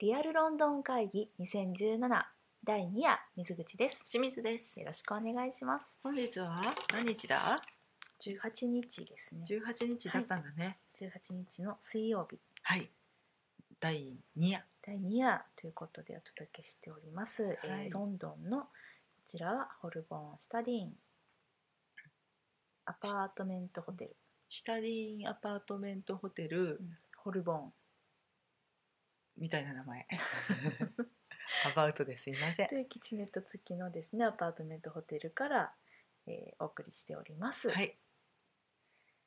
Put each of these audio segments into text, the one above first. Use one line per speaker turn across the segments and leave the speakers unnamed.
リアルロンドン会議2017第2夜水口です
清水です
よろしくお願いします
本日は何日だ
18日ですね
18日だったんだね
18日の水曜日
はい、第2夜
第2夜ということでお届けしております、
はい
えーロンドンのこちらはホルボンスタディーンアパートメントホテル
シタディーンアパートメントホテル
ホルボン
みたいな名 前アバウトですいません
というキチネット付きのですねアパートメントホテルから、えーお送りしております、
はい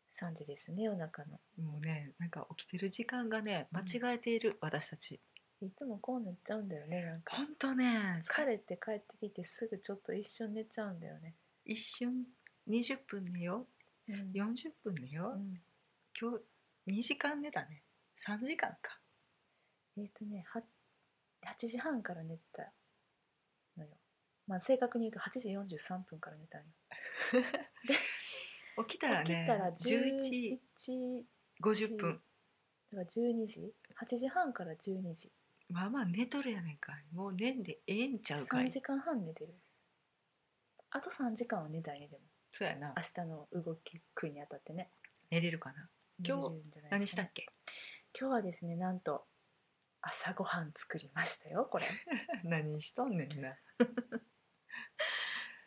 3時ですね夜中の
もうねなんか起きてる時間がね間違えている、私たち
いつもこうなっちゃうんだよねなんか
ほんとね
疲れて帰ってきてすぐちょっと一瞬寝ちゃうんだよね、
一瞬20分寝よ
うん
う40分寝よう、
うん
今日2時間寝たね3時間か
えっ、とねは8時半から寝てたのよまあ正確に言うと8時43分から寝たのよ
起きたら
起き
ね
たら
11
11
50分
だから12時8時半から12時
まあまあ寝とるやねんかいもう寝んでええんちゃうか
3
い
時間半寝てるあと3時間は寝たいねでも
そうやな
明日の動き食いにあたってね
寝れるかな今
寝
日
れるんじゃない
何
で
し
す
た
かね
っけ
今日はですねなんと朝ごはん作りましたよこれ
何しとんねんな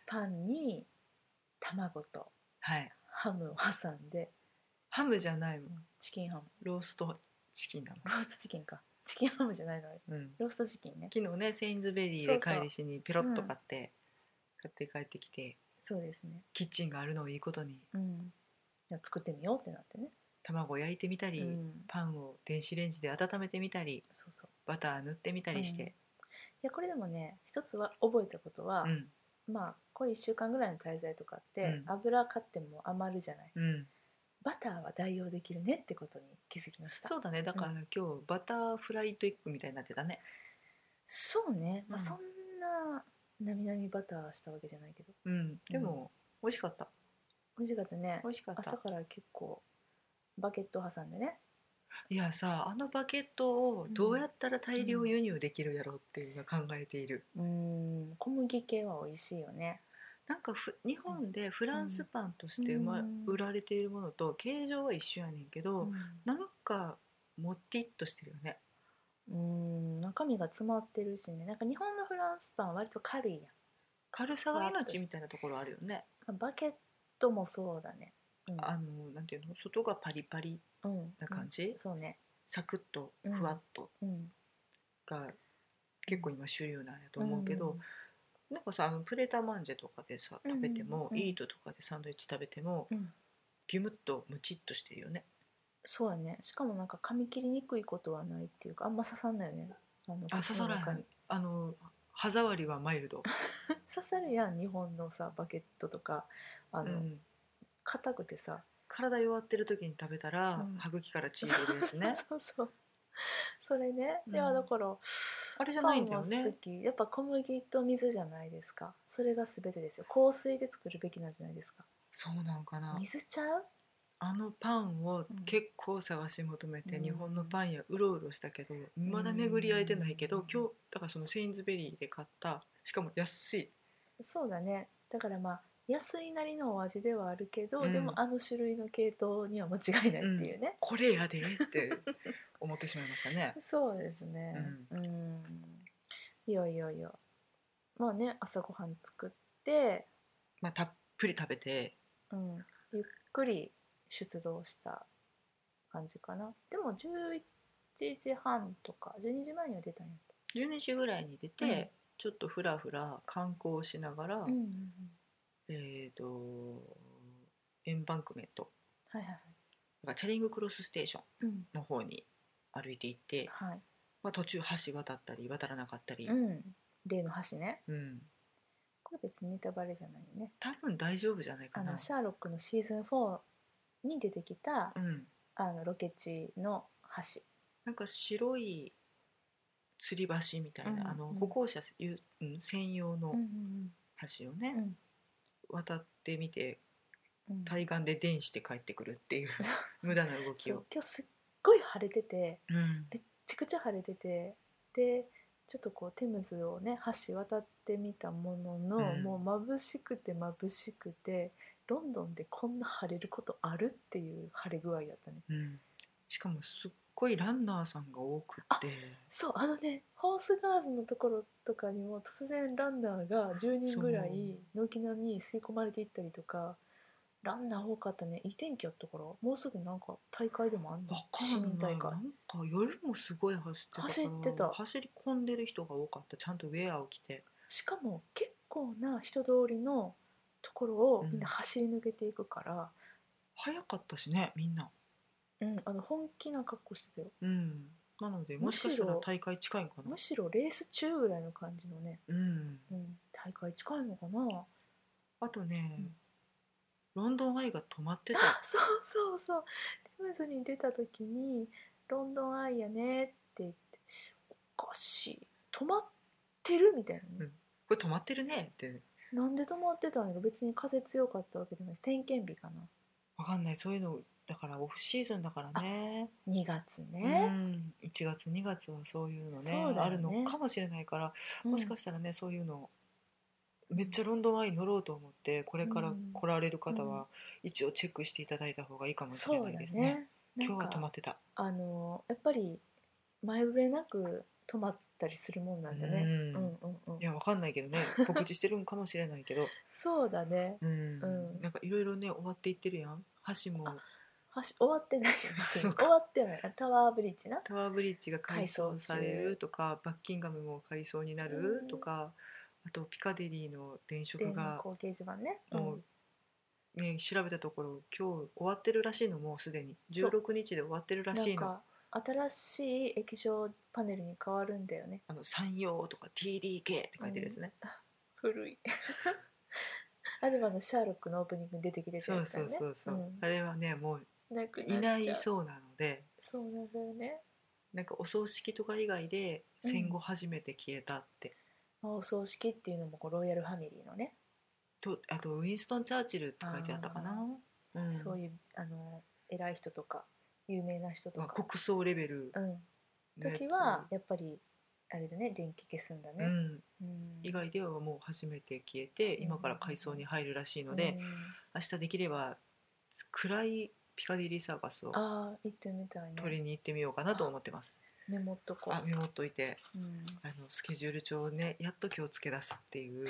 パンに卵と
はい
ハムを挟んで
ハムじゃないもん
チキンハム
ローストチキンだ
ローストチキンかチキンハムじゃないのあれ
もん、うん、
ローストチキンね
昨日ねセインズベリー
そ
で
うそう
帰りしにペロッと買って、買って帰ってきて
そうですね
キッチンがあるのをいいことに
うんじゃあ作ってみようってなってね、
卵を焼いてみたり、
うん、
パンを電子レンジで温めてみたり
そうそう
バター塗ってみたりして、
いやこれでもね一つは覚えたことは、
うん
まあこれ1週間ぐらいの滞在とかって、
うん
油買っても余るじゃない
うん、
バターは代用できるねってことに気づきました
そうだねだから今日バターフライドエッグみたいになってたね
そうね、まあ、
うん
そんななみなみバターしたわけじゃないけど
うんでも、美味しかった
美味しかったね
美味しかっ
朝
た
から結構バケット挟んでね
いやさあのバケットをどうやったら大量輸入できるやろうっていうのを考えている、
うーん小麦系は美味しいよね
なんかふ日本でフランスパンとしてうま、
うん
売られているものと形状は一緒やねんけど、
う
なんかもってっとしてるよね
んうん中身が詰まってるしねなんか日本のフランスパンは割と軽いやん、
軽さが命みたいなところあるよね、
まあバケットもそうだねうん
あのなんていうの外がパリパリ
うん
な感じ、
うんそうね
サクッとふわっと
うん
が結構今主流なんやと思うけど、なんかさあのプレタマンジェとかでさ食べても、
うんうんうん
イートとかでサンドイッチ食べても、
うん、うん
ギュムッとムチッとしてるよね
そうやねしかもなんか噛み切りにくいことはないっていうかあんま刺さんないよねあの
あ刺さ
口の
ら
中
ない
に
あの歯触りはマイルド、
刺さるやん日本のさバケットとかあ
う
の
ん、
硬、くてさ
体弱ってる時に食べたら、
うん
歯茎から血出るです ね
そうそうそれね、
うん
いやだから
あれじゃないんだよ
パンは
ね
好きやっぱ小麦と水じゃないですかそれが全てですよ香水で作るべきなんじゃないですか
そうなんかな
水ちゃう
あのパンを
うん
結構探し求めて、
うん
日本のパン屋うろうろしたけどまだ巡り合えてないけ
う
ど、
ん
今日だからそのセインズベリーで買ったしかも安い
そうだねだからまあ安いなりのお味ではあるけど、
うん
でもあの種類の系統には間違いないっていうね、
これやで って思ってしまいましたね
そうですねうんいやいやいやまあね朝ごはん作って、
まあたっぷり食べて
うん、ゆっくり出動した感じかなでも11時半とか12時前には出たんやった
12時ぐらいに出て、
うん
ちょっとふらふら観光しながら、
うんうんうん、
えー、とエンバンクメント
はいはいはい
なんかチャリングクロスステーショ
う
ン
ん
の方に歩いていって、
はい
まあ、途中橋渡ったり渡らなかったり、
うん、例の橋ね
うん
これ別にネタバレじゃないよね
多分大丈夫じゃない
あ
か
の
な。
シャーロックのシーズン4に出てきた、
うん、
あのロケ地の橋
なんか白い吊り橋みたいな、
うん
あの
うん
歩行者ゆ、うん、専用の
ん
橋をね、
うん
渡ってみて
うん
対岸で電して帰ってくるっていう 無駄な動き
そ
を
う。今日すっごい晴れてて
うん
めっちゃくちゃ晴れててでちょっとこうテムズをね橋渡ってみたものの、
うん
もう眩しくて眩しくてロンドンでこんな晴れることあるっていう晴れ具合だったね
うん、しかもすっごいランナーさんが多くて
そうあのねホースガーズのところとかにも突然ランナーが10人ぐらい軒並み吸い込まれていったりとかランナー多かったねいい天気やったからもうすぐなんか大会でもあんの
わか
市民
んない
大
なん
会
か夜もすごい走ってたから
走ってた
走り込んでる人が多かったちゃんとウェアを着て
しかも結構な人通りのところをみんな走り抜けていくから、
早かったしねみんな
うんあの本気な格好してたよ
うんなのでも
む
し
しろ
かしたら大会近いんかな
むしろレース中ぐらいの感じのね、
うん
うん、大会近いのかな
あとね、
うん
ロンドンアイが止まって
あ
た
そうそうそうテムズに出た時に「ロンドンアイやね」って言って「おかしい止まってる?」みたいなね、
うんこれ止まってるねって
なんで止まってたんやろ別に風強かったわけでもないし点検日かな
わかんないそういうのだからオフシーズンだからね
2月
う
ね、
ん、1月2月はそういうのね
そうだよね
あるのかもしれないからもしかしたらねそういうのめっちゃロンドンワイン乗ろうと思ってこれから来られる方
う
は一応チェックしていただいた方がいいかもしれ
そ
な
う
い
だ
ですね。
ね
今日は止ま
なん
っ
か
てた、
あのやっぱり前触れなく止まったりするもんなんだね、
う
う
ん
んうんうん
いやわかんないけど ね告知してるんかもしれないけど、
そうだね
うん
うん
なんかいろいろね終わっていってるやん橋も
はし終わってないよ別
そう
に
か
終わってないあタワーブリッジな
タワーブリッジが改装され
改装
る
中
とかバッキンガムも改装になるとか、あとピカデリーの電飾
電
が
光掲示板ね、うん
もう、ね、調べたところ今日終わってるらしいのもうすでに16日で終わってるらしい
な
の
んか新しい液晶パネルに変わるんだよね
あの山陽とか TDK って書いてるやつね、
古 いあれはあのシャーロックのオープニングに出てきてた
そ
や
う
つだ
そ
よ
う
ね
そうそう、
うん
あれはねもう
なく
い
な
な
っちゃ
いうそうなので
そうなんだよね
なんかお葬式とか以外で
うん
戦後初めて消えたって、
まあお葬式っていうのもこうロイヤルファミリーのね、
とあとウィンストン・チャーチルって書いてあったかな、うん
そういうあの偉い人とか有名な人と
まあ
か、
国葬レベル
うん、
のやつ
時はやっぱりあれだね電気消すんだ
う
ね、
ん、
うん
以外ではもう初めて消えて今から改装に入るらしいので、
うん
明日できれば暗いピカデリーサーカスを
ああ行ってみたいね
取りに行ってみようかなと思ってます。
メモっとこ
あメモっといて
う、うん
あのスケジュール帳をねやっと今日付け出すっていう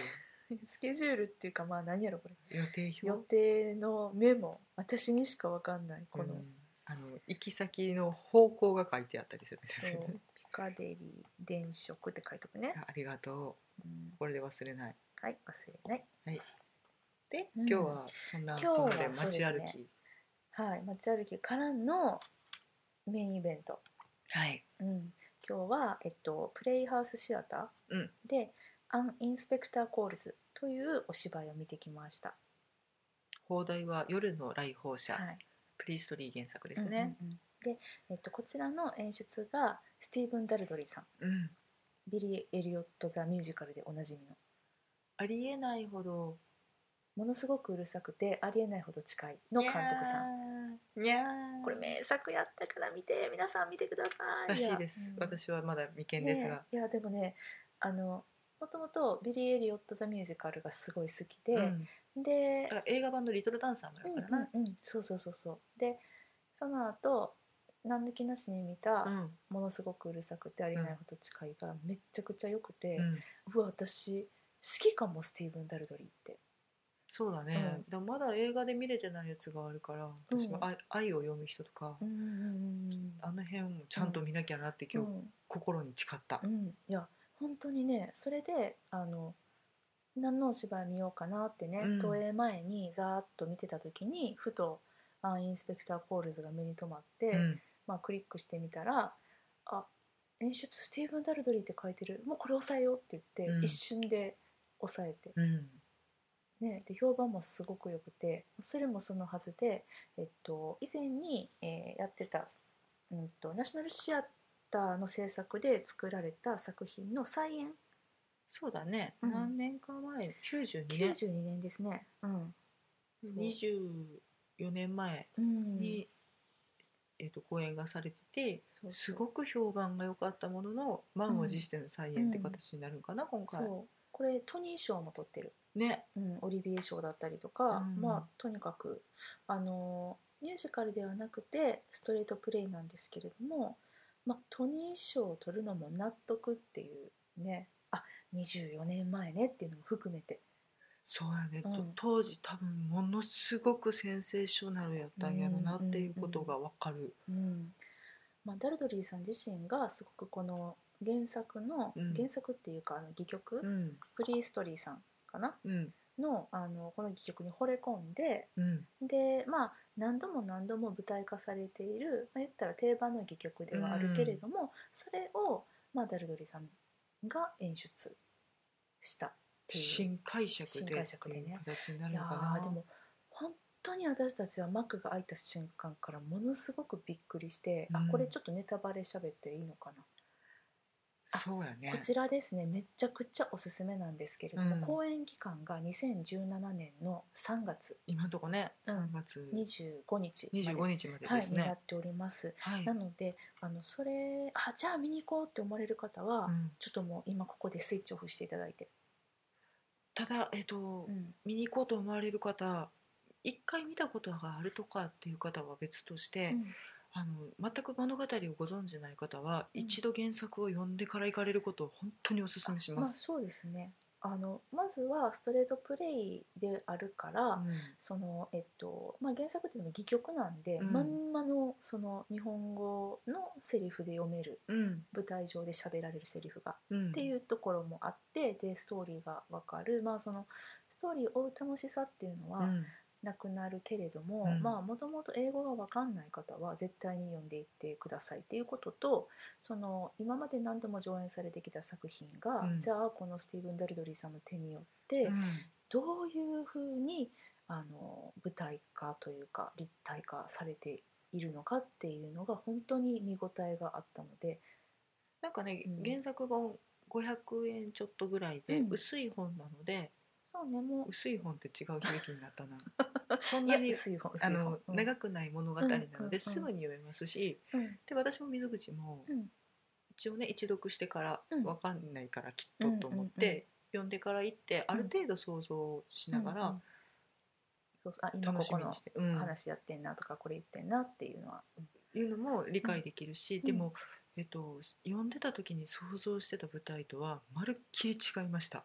スケジュールっていうかまあ何やろこれ
予定
予
表
定のメモ私にしかわかんないこの、
うんあの行き先の方向が書いてあったりするんです
そ
よね
う。 ピカデリー電飾って書いとくね、
あありがと
うん
うこれで忘れない。
はい忘れない、
はい、
で
今日、はそんなところで街歩
今日はそうです
き、
うんはい、街歩きからのメインイベント、
はい
うん、今日は、えっと、プレイハウスシアター
うん
で、アン・インスペクター・コールズというお芝居を見てきました。
放題は夜の来訪者、
はい
プリーストリー原作ですね。
うんうんうんで、えっと、こちらの演出がスティーブン・ダルドリーさん
うん
ビリー・エリオット・ザ・ミュージカルでおなじみの
ありえないほど
ものすごくうるさくてありえないほど近いの監督さん
ん。にゃー
これ名作やったから見て皆さん見てください
らしいです
やうん。
私はまだ未見ですが
ね。えいやでもねあのもともとビリー・エリオット・ザ・ミュージカルがすごい好きで、
うん
で
だから映画版のリトルダンサーもやるからな。
うんうんうんそうそうそうそうでその後何抜きなしに見た、
うん
ものすごくうるさくてありえないほど近いがめっちゃくちゃ良くて、
うん
うわ私好きかもスティーブン・ダルドリーって
そうだね。だからまだ映画で見れてないやつがあるから、私もあ愛を読む人とか、
うんうん
あの辺もちゃんと見なきゃなって今日心に誓った
う。ん、いや本当にねそれであの何のお芝居見ようかなってね、
うん
投影前にざーっと見てた時にふと「あインスペクター・コールズ」が目に留まって、
うん
まあ、クリックしてみたら「あ演出スティーブン・ダルドリーって書いてるもうこれ押さえよう」って言って、
うん
一瞬で押さえて、
うん
ね、で評判もすごく良くてそれもそのはずで、えっと、以前に、えーやってた、うん、とナショナルシアターの制作で作られた作品の再演
そうだね。
うん
何年か前、九十二年、
92年ですね。うん、
二十四年前
うん
にえー、と公演がされてて
そう
すごく評判が良かったものの満を持しての再演って形になるのかな、今回。
そうこれトニー賞も取ってる、
ね、
うん、オリビエ賞だったりとか、
うん
まあとにかくあのミュージカルではなくてストレートプレイなんですけれども、まあ、トニー賞を取るのも納得っていうねあ24年前ねっていうのも含めて
そうやね、と
うん
当時多分ものすごくセンセーショナルやったんやろなっていうことがわかる。
うんまあ、ダルドリーさん自身がすごくこの原作の、
うん
原作っていうかあの戯曲、
うん、
フリーストリーさんかな
うん、
のあのこの戯曲に惚れ込んで
うん、
でまあ何度も何度も舞台化されている、まあ、言ったら定番の戯曲ではあるけれども、それを、まあ、ダルドリーさんが演出したっていう。
新解釈で
新解釈でね
っていう形にないる
や
のか
ー
な。
でも本当に私たちは幕が開いた瞬間からものすごくびっくりして、
うん
あこれちょっとネタバレ喋っていいのかな、
そうやね。
こちらですねめちゃくちゃおすすめなんですけれども、
うん
公演期間が2017年の3月
今のとこね、
うん
3月
25日まで
25日まで
は
で
い、
す
にな
ね
っ。ております。
はい。
なのであのそれあじゃあ見に行こうって思われる方は、
うん
ちょっともう今ここでスイッチオフしていただいて、
ただえっと
う、ん
見に行こうと思われる方一回見たことがあるとかっていう方は別として、あの全く物語をご存じない方は、
うん
一度原作を読んでから行かれることを本当にお勧めし
ま
ま
あ
す。
そうですねあのまずはストレートプレイであるから、
うん
そのえっとまあ、原作っていうのも戯曲なんで、
うん
まんまのその日本語のセリフで読める
うん
舞台上で喋られるセリフが
うん、
っていうところもあってでストーリーが分かる、まあ、そのストーリーを追う楽しさっていうの
う
は
ん
なくなるけれども
うん
もともと英語が分かんない方は絶対に読んでいってくださいっていうこととその今まで何度も上演されてきた作品が、
うん
じゃあこのスティーブン・ダルドリーさんの手によって、
うん
どういうふうにあの舞台化というか立体化されているのかっていうのが本当に見応えがあったので、
なんかね、
うん
原作本500円ちょっとぐらいで、
うん
薄い本なので
そうねもう
薄い本って違う響きになった なそんなに
薄い方薄い方
あの、
うん
長くない物語な
うんう
の
んうん
で、すぐに読めますし
うん
で私も水口も、
うん
一応ね一読してから、
うん
わかんないからきっ
う
と
んうんうん
と思って、読んでから行ってある程度想像しなが
うんう
ら
んそうそうあ今
楽
こ
し
こ
み
の
にして、うん
話やってんなとかこれ言ってんなっていうのは、
いうのも理解できるし、
ん
でも、えっと、読んでた時に想像してた舞台とはまるっきり違いました。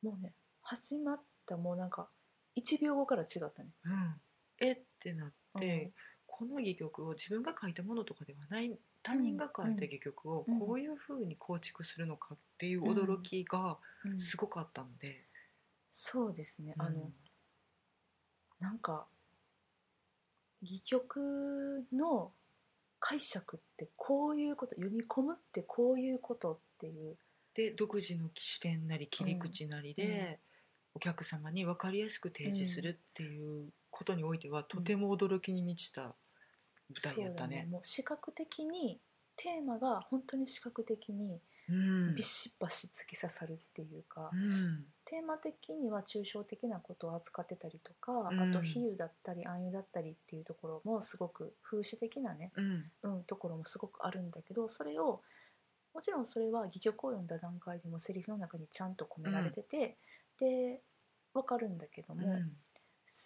もうね始まったもうなんか1秒後から違ったね。
うん、えってなって、
うん
この戯曲を自分が書いたものとかではない他人が書いた戯曲を
うん
こういうふうに構築するのかっていう驚きが
うん
すごかったので、
そうですね、あ
う
の
ん
なんか戯曲の解釈ってこういうこと読み込むってこういうことっていう、
で独自の視点なり切り口なりで、
うん
お客様に分かりやすく提示するっていうことにおいては、とても驚きに満ちた舞台やったね。
もう視覚的にテーマが本当に視覚的に
うん
ビシバシ突き刺さるっていうか、
うん
テーマ的には抽象的なことを扱ってたりとか、
うん
あと比喩だったり暗喩だったりっていうところもすごく風刺的なね
うん
うん、ところもすごくあるんだけどそれをもちろんそれは戯曲を読んだ段階でもセリフの中にちゃんと込められてて、でわかるんだけど
う
も、
ん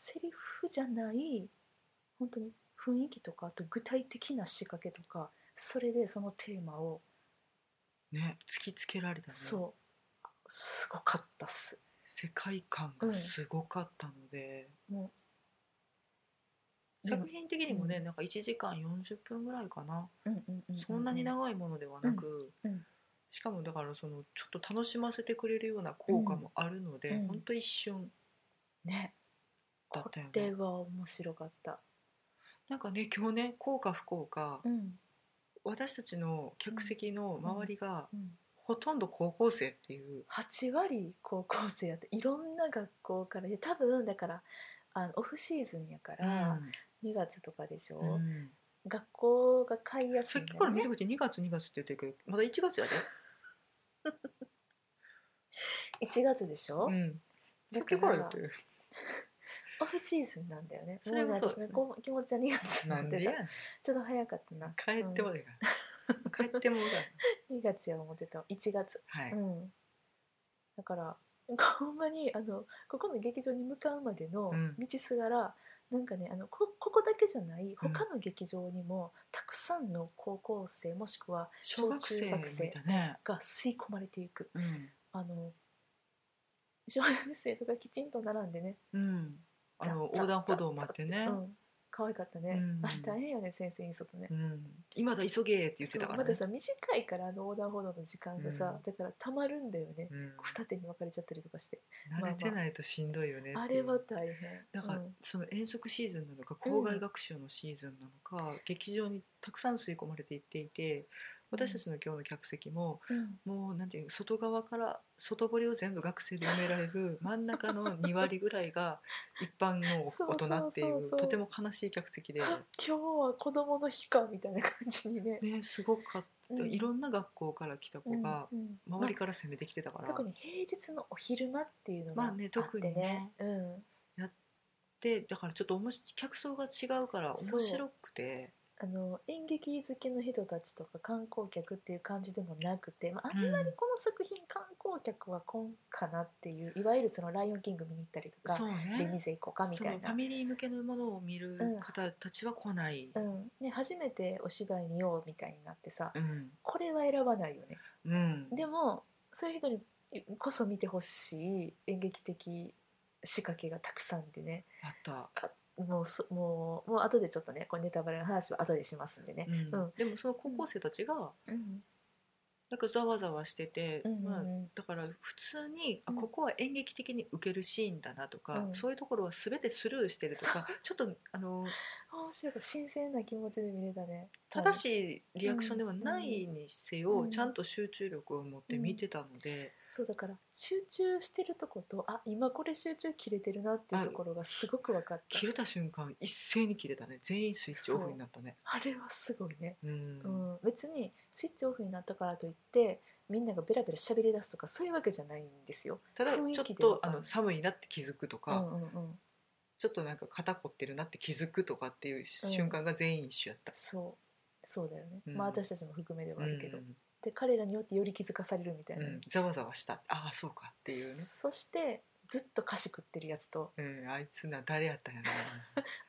セリフじゃない本当に雰囲気とかあと具体的な仕掛けとかそれでそのテーマを、
ね、突きつけられたね
そうすごかったっす。
世界観がすごかったので。
もう
作品的にもね、
うん
なんか1時間40分ぐらいかな、
でもうんうんうう
そんなに長いものではなく、
うんうん
しかもだからそのちょっと楽しませてくれるような効果もあるので、
うんうん
ほんと一瞬
ね
だ
こ
ったよ
れ
ね
は面白かった。
なんかね今日ね効果不効果、
うん
私たちの客席の周りが
うん
ほとんど高校生っていう、
8割高校生やっていろんな学校からで多分だからあのオフシーズンやから2月とかでしょ、
うんうん
学校が買いやす
さ
い
っ
ん
き
だ
から
よ
水
ね
口2月2月って言ってるけどまだ1月やで、
1月でしょ、
うん、
だ
さっ
か
きからら言ってる
オフシーズンなんだよね
それはそうですね
もね気持ちは2月にな
な
っ
ん
て
で
た
や
ちょっと早かったな
帰っても
う
だから帰ってもだから
ん、2月や思ってた1月、
はいう
んだからほんまにあのここの劇場に向かうまでの
うん
道すがら、なんかねあのこここだけじゃない他の劇場にも、たくさんの高校生もしくは
小学生
小中学生
みたいね、
が吸い込まれていく
うん
あの小学生とかきちんと並んでね
うん、あの
ザ
横断歩道を待ってね
う、ん、可愛かったね、
うん
あれ大変よね先生に外ね、
うん、今だ急げって言ってたから、
そうま
ね
ださ短いからあの横断歩道の時間がさ、だからたまるんだよね、
うん、
二手に分かれちゃったりとかして
慣れてないとしんどいよねっていう
あれは大変
だから、
うん
その遠足シーズンなのか校外学習のシーズンなのか、劇場にたくさん吸い込まれていっていて私たちの今日の客席も、
うん
もうなんていうの外側から外堀を全部学生で埋められ る真ん中の2割ぐらいが一般の大人ってい
そうそうそう
う
そう
とても悲しい客席で、
今日は子どもの日かみたいな感じにね
ね、すごかった、
うん
いろんな学校から来た子が
うんうん
周りから攻めてきてたか
まあ
ら、
特に平日のお昼間っていうのがあ
まあ
って
ね
ね,、
特にね
うん、
でだからちょっとおもし客層が違うから面白くて。
あの演劇好きの人たちとか観光客っていう感じでもなくて、まあ、あ
うん
んまりこの作品観光客は来んかなっていういわゆるその「ライオンキング」見に行ったりとか
そう
「ベニ
ね
ゼ行こうか」み
そ
た
の
い
ファ
な、
ミリー向けのものを見る
うん
方たちは来ない、
うんね、初めてお芝居見ようみたいになってさ
うん
これは選ばないよね。
うん
でもそういう人にこそ見てほしい演劇的仕掛けがたくさんでね
あった、
もうそもうもう後でちょっとねこうネタバレの話は後でしますんでね
う。ん
うん
でもその高校生たちが
うん
なんかざわざわしてて、
うんうん
まあ、だから普通に、あ
うん
ここは演劇的に受けるシーンだなとか、
うん
そういうところは全てスルーしてるとかちょっとあの
面白い新鮮な気持ちで見れたね
正しいリアクションではないにせよ、
うん
ちゃんと集中力を持って見てたので、
そうだから集中してるとことあ今これ集中切れてるなっていうところがすごく分かった
切れた瞬間一斉に切れたね全員スイッチオフになったね。
あれはすごいね、
う、
うんん別にスイッチオフになったからといってみんながベラベラ喋り出すとかそういうわけじゃないんですよ、
ただち
雰囲
ょっ
気でわ
と
か
あ
る
の寒いなって気づくと
う
か、
んうんうん、
ちょっとなんか肩凝ってるなって気づくとかっていう瞬間が全員一緒やった。
そうそうだよね、
うん
まあ私たちも含めではあるけど、
うん
で彼らによってより気づかされるみたいな
う
ね、
ん、ざわざわしたああそうかっていうね、
そしてずっと菓子食ってるやつと
うん、あいつな誰やったんやな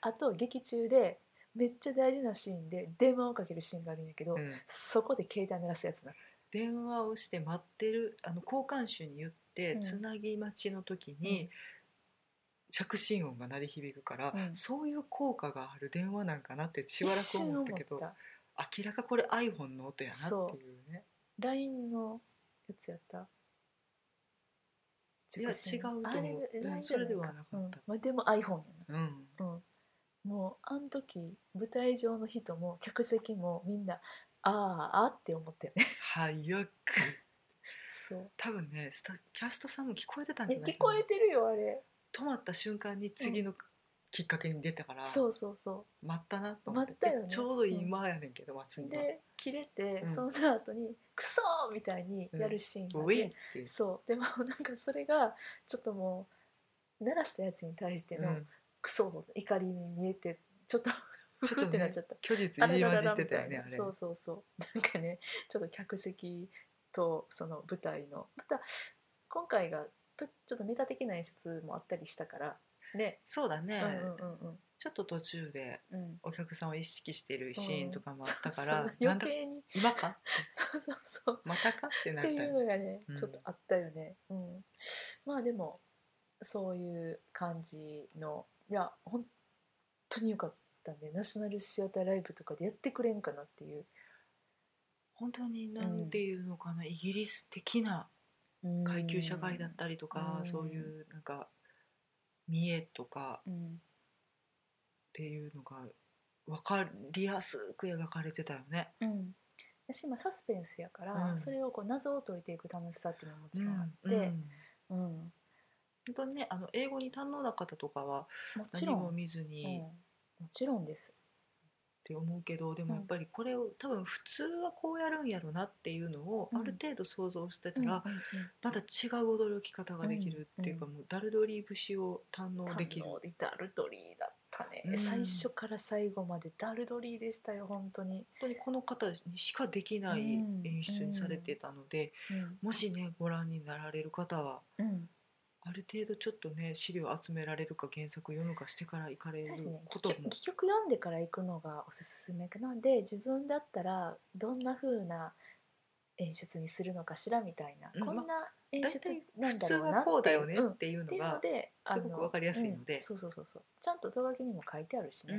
あと劇中でめっちゃ大事なシーンで電話をかけるシーンがあるんやけど、
うん、
そこで携帯鳴らすやつな
電話をして待ってるあの交換手に言って、
うん
つなぎ待ちの時
う
に、
ん
着信音が鳴り響くから、
うん
そういう効果がある電話なんかなってしばらく思ったけど
一瞬思っ
明らかこれ iPhone の音やなっていうね
LINE のやつやった
いや違うと思う
あれ
うん
LINE じ
そ
ゃない
れで
か
はなかった
うんまあ、でも iPhone や
うん
な、うん、もうあの時舞台上の人も客席もみんなあーあーって思ったよね
早く
そう
多分ねスタキャストさんも聞こえてたんじゃ
ね
ない
聞
か
こ
な
えてるよあれ
止まった瞬間に次のきっかけに出たから、
そうそうそ
待ったなと思って
待ったよね
えちょうど今やねんけど待つ
う
には
で切れて、
うん
その後に「クソ!」みたいにやるシーンがあっ
ウ
て
ィって
そうでもなんかそれがちょっともう鳴らしたやつに対しての、
うん
クソの怒りに見えてちょっと
ち
ち
ょ
ょっ
っとね
ってなっちゃった。
虚実
あ
入
ら
り
ら
混
ら
じ
ら
ってたよ
み
ね
た
あ
いな
れ
そうそうそう なんかねちょっと客席とその舞台のまた今回がとちょっとメタ的な演出もあったりしたからね、
そうだね、
うんうんうん
ちょっと途中で
うんうん
お客さんを意識してるシーンとかもあったから、
そう
なん
余
だ
計に
今か
そうそうそう
またかってな
っ
ってた
いう
よね
のがね、
うん
ちょっとあったよね、うん、まあでもそういう感じのいや本当によかったんでナショナルシアターライブとかでやってくれんかなっていう
本当になんていうのかな、イギリス的な階級社会だっ、たりとか、
うん
そういうなんか見栄とか
うんうん
っていうのが分かりやすく描かれてたよね。
うん、私今サスペンスやから、
うん
それをこう謎を解いていく楽しさっていうのももちろんあって、
うんうん
うん
本当にねあの英語に堪能な方とかは
もち
何
ろん、
も見ず
うん
に
もちろんです
って思うけどでもやっぱりこれを多分普通はこうやるんやろなっていうのを
うん
ある程度想像してた
うんうん
らまた違う驚き方ができるっていうかもうダルドリー節を堪
うん
能できる
堪能でダルドリーだったね、
うん
最初から最後までダルドリーでしたよ本当に、
本当にこの方にしかできない
うん
演出にされてたので
うん
もしねご覧になられる方はある程度ちょっとね資料集められるか原作読むかしてから行かれる
そうですね
ことも
戯曲戯曲読んでから行くのがおすすめかなで自分だったらどんな風な演出にするのかしらみたいな、
うん
こんな演
大
出
体
な
普
んだ
通
ろうな
はこうだよね
うん
っ
って
いう
て
の
いうの
が
であの
すごくわかりやすいので
うんそうそうそうそうちゃんと動画にも書いてあるし
う
ね、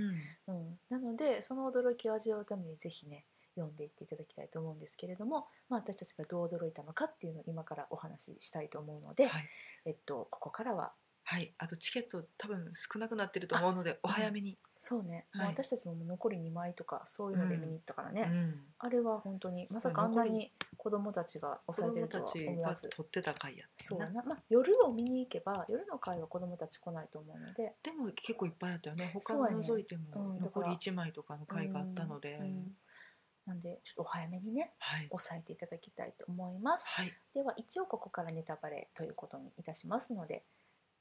ん
うん、なのでその驚きを味わうためにぜひね読んでいっていただきたいと思うんですけれども、まあ、私たちがどう驚いたのかっていうのを今からお話ししたいと思うので、
はい
えっと、ここからは
はいあとチケット多分少なくなってると思うのでお早めに
そうね、
はい
もう私たちももう残り2枚とかそういうので見に行ったからね、
うん
あれは本当にまさかあんなに子供たちが
子
抑えてる
供
と
た
は
ち
思
が
わず
撮ってた回やった
そ
よ
う
な
やな、まあ、夜を見に行けば夜の会は子供たち来ないと思うので、
でも結構いっぱいあったよね他
そう
を
やね
除いて
う
も
んだか
残
ら
り1枚とかの回があったので
うんなんでちょっとお早めにね
はい
押さえていただきたいと思います。
はい
では一応ここからネタバレということにいたしますので、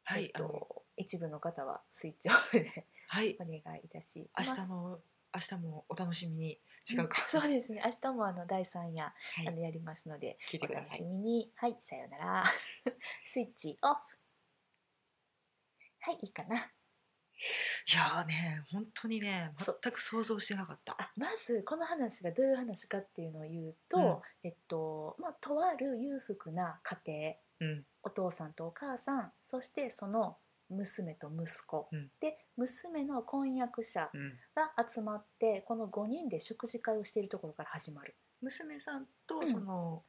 は
えっ
いあの
と、一部の方はスイッチオフで
はい
お願いいたしま
明
す。
日の明日もお楽しみに違うか
んそう
は
ですね。明日もあの第三夜、あ
い
のやりますので、
聞い
お
てくだ
楽
さ
し
い
みに。はい、さようなら。 スイッチオフ。はい、いいかな。
いやーね本当にね全く想像してなかった
あまずこの話がどういう話かっていうのを言うと、
うん
えっとまあとある裕福な家庭
うん
お父さんとお母さんそしてその娘と息子、
うん
で娘の婚約者
うん
が集まってこの5人で食事会をしているところから始まる
娘さん
う
と
ん
その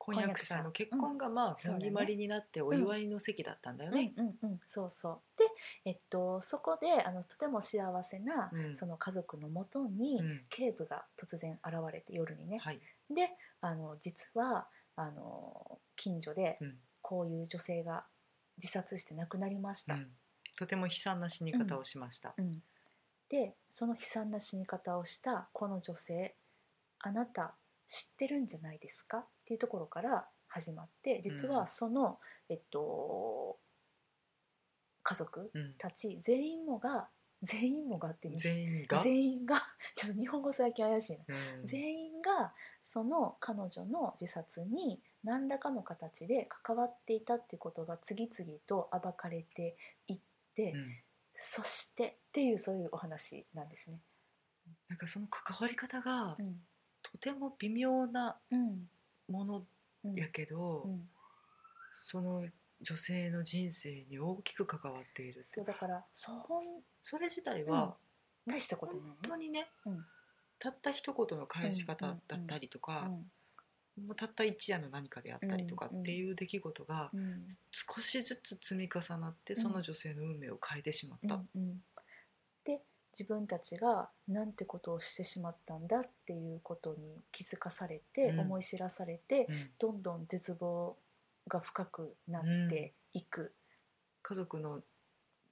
婚約者の結婚がまあ
そうだね
決まりになってお祝いの席だったんだよね。
うんうんうん、そうそうで、えっと、そこであのとても幸せな、
うん
その家族のもとに、
うん
警部が突然現れて夜にね、
はい。
であの実はあの近所で
うん
こういう女性が自殺して亡くなりまし
う
た、
んとても悲惨な死に方をしました。
うんでその悲惨な死に方をしたこの女性あなた知ってるんじゃないですかっていうところから始まって実
う
は
ん
その、えっと家族
うん
たち全員もが全員もがって言う
全員が、
全員が ちょっと日本語最近怪しいな、
うん
全員がその彼女の自殺に何らかの形で関わっていたっていうことが次々と暴かれていって、
うん
そしてっていうそういうお話なんですね。
なんかその関わり方が
うん、
とても微妙な
うん、
もの
うん、
やけど、
うん
その女性の人生に大きく関わっているって
そうだから、そん、
それ自体は
大したこと
本
ないね。
当にね、
うん
たった一言の返し方だったりとか、もうたった一夜の何かであったりとかっていう出来事が
うん、うん、
少しずつ積み重なって
うん
その女性の運命を変えてしまった、
うんうんで自分たちがなんてことをしてしまったんだっていうことに気づかされて、
うん
思い知らされて、
うん
どんどん絶望が深くなっていく、
家族の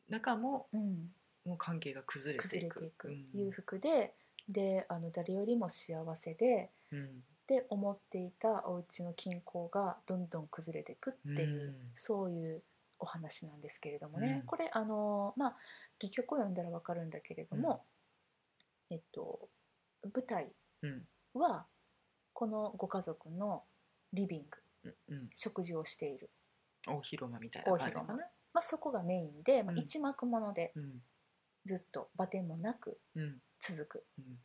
中も
うん
もう関係が崩れて
崩
い
れて
く
いく、
うん
裕福でであの誰よりも幸せで。
うん
で思っていたお家の均衡がどんどん崩れていくっていう、
うん
そういうお話なんですけれどもね、
うん
これあのまあ戯曲を読んだらわかるんだけれども、えっと舞台
うん
はこのご家族のリビング
うん
食事をしている
大広間みたいな
大
感
広
じか
間、
な、
まあ、そこがメインで、まあ、
うん
一幕もので
うん
ずっとバテンもなく
うん
続くっ
うん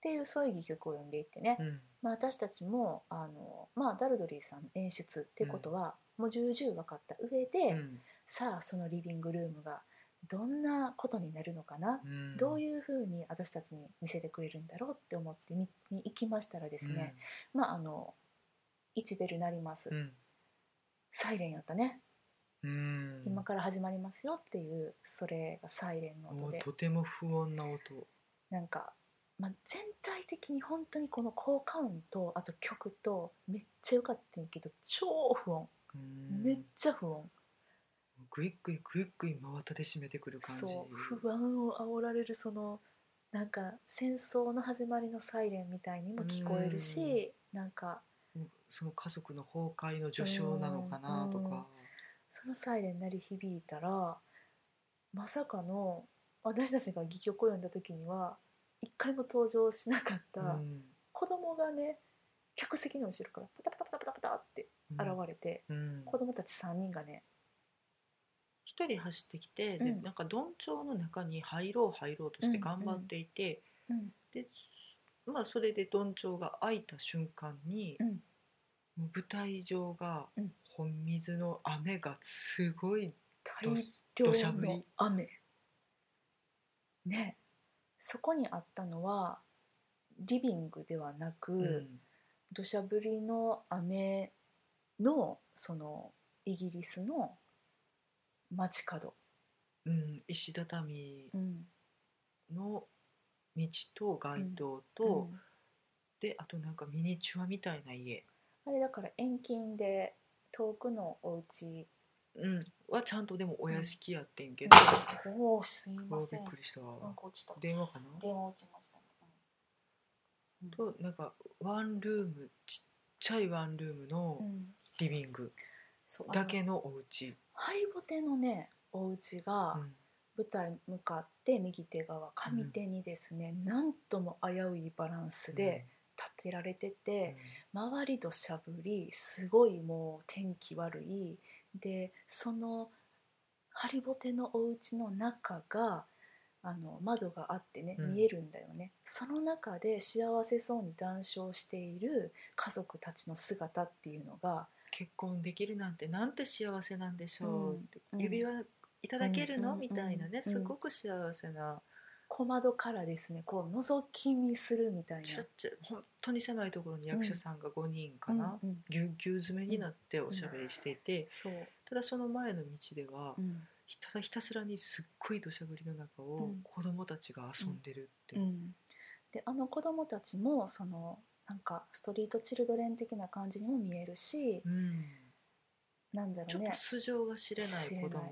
ていうそういう戯曲を読んでいってね、
うん
まあ、私たちもあの、まあ、ダルドリーさんの演出ってことは、もう重々分かった上で、
うん
さあそのリビングルームがどんなことになるのかな、
うん
どういうふうに私たちに見せてくれるんだろうって思って見に行きましたらですね、まああの1ベル鳴ります、
うん
サイレンやったね、
うん
今から始まりますよっていうそれがサイレンの音
もう
で
とても不穏な音
なんか、まあ、全体的に本当にこの効果音とあと曲とめっちゃ良かったんやけど超不穏。
うん
めっちゃ不穏、
ぐいぐいぐいぐい真綿で締めてくる感じ
そう不安を煽られるそのなんか戦争の始まりのサイレンみたいにも聞こえるし、なんか
その家族の崩壊の序章なのかなとか、
そのサイレン鳴り響いたらまさかの私たちが戯曲を読んだ時には一回も登場しなかった、
うん
子供がね客席の後ろからパタパタパタパタパタって現れて、
うん
子供たち3人がね
一人走ってきて、
う
で
ん
なんかどんちょうの中に入ろう入ろうとして頑張っていて、
うん
でまあそれでどんちょうが開いた瞬間に、
うん
もう舞台上が
うん
本水の雨がすごい、
大
どしゃ
量
降
の
り
雨ねそこにあったのはリビングではなく、土砂降りの雨のそのイギリスの街角、
うん石畳
うん
の道と街灯と、
うん
であとなんかミニチュアみたいな家、
あれだから遠近で遠くのお家
うん、はちゃんとでもお屋敷やってんけど、
おおすいま
もう
せ
び
ん
っ
なん
くりしたわ
か落ちた
電話かな
電話落ちましたね、うん
となんかワンルームちっちゃいワンルーム
う
の
ん
リビング
そうあの
だけのお家、
ハリボテのねお家が
うん
舞台向かって右手側上手にですね、なんとも危ういバランスで建てられて
うん
て、周り土砂降りすごいもう天気悪いでそのハリボテのお家の中があの窓があってね
うん
見えるんだよね、その中で幸せそうに談笑している家族たちの姿っていうのが、
結婚できるなんてなんて幸せなんでしょう、
うんうん
指輪いただけるの、
うん
みたいなね、
うん
すごく幸せな、
小窓からですねこう覗き見するみたいな
ちょっちゃ本当に狭いところに役者さんが5人かな、
うんうん
ぎゅうぎゅう詰めになっておしゃべりしていて、
そう、
ただその前の道では、
うん
ただひたすらにすっごい土砂降りの
う
中を
ん
子供たちが遊んでるって、
うん、であの子供たちもそのなんかストリートチルドレン的な感じにも見えるし、
うん
なんだろ
ち
う
ょっ
ね
と素性が知れない
知れな
子
い
供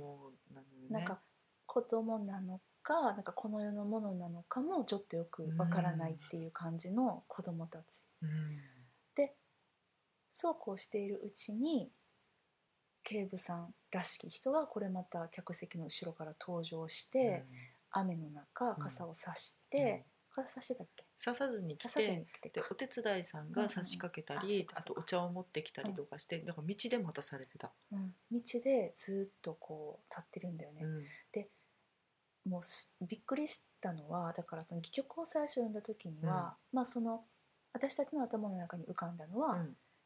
なの
な
よ
ん
ね
か子供なのかなんかこの世のものなのかもちょっとよくわからないっていう感じの子供たち、
うん
そうこうしているうちに警部さんらしき人がこれまた客席の後ろから登場して、雨の中傘を差し
うん
て、傘差してたっけ
刺さずに来
差さず
て
に来て
でお手伝いさんが差し掛けた
うんうんうん
り、
あ
あ
そ
と
うかそうか
お茶を持ってきたりとかして、だから道で待たされてた、
うん、道でずっとこう立ってるんだよね、
うん
もうすびっくりしたのはだからその戯曲を最初読んだ時には、まあその私たちの頭の中に浮かんだのは、
うん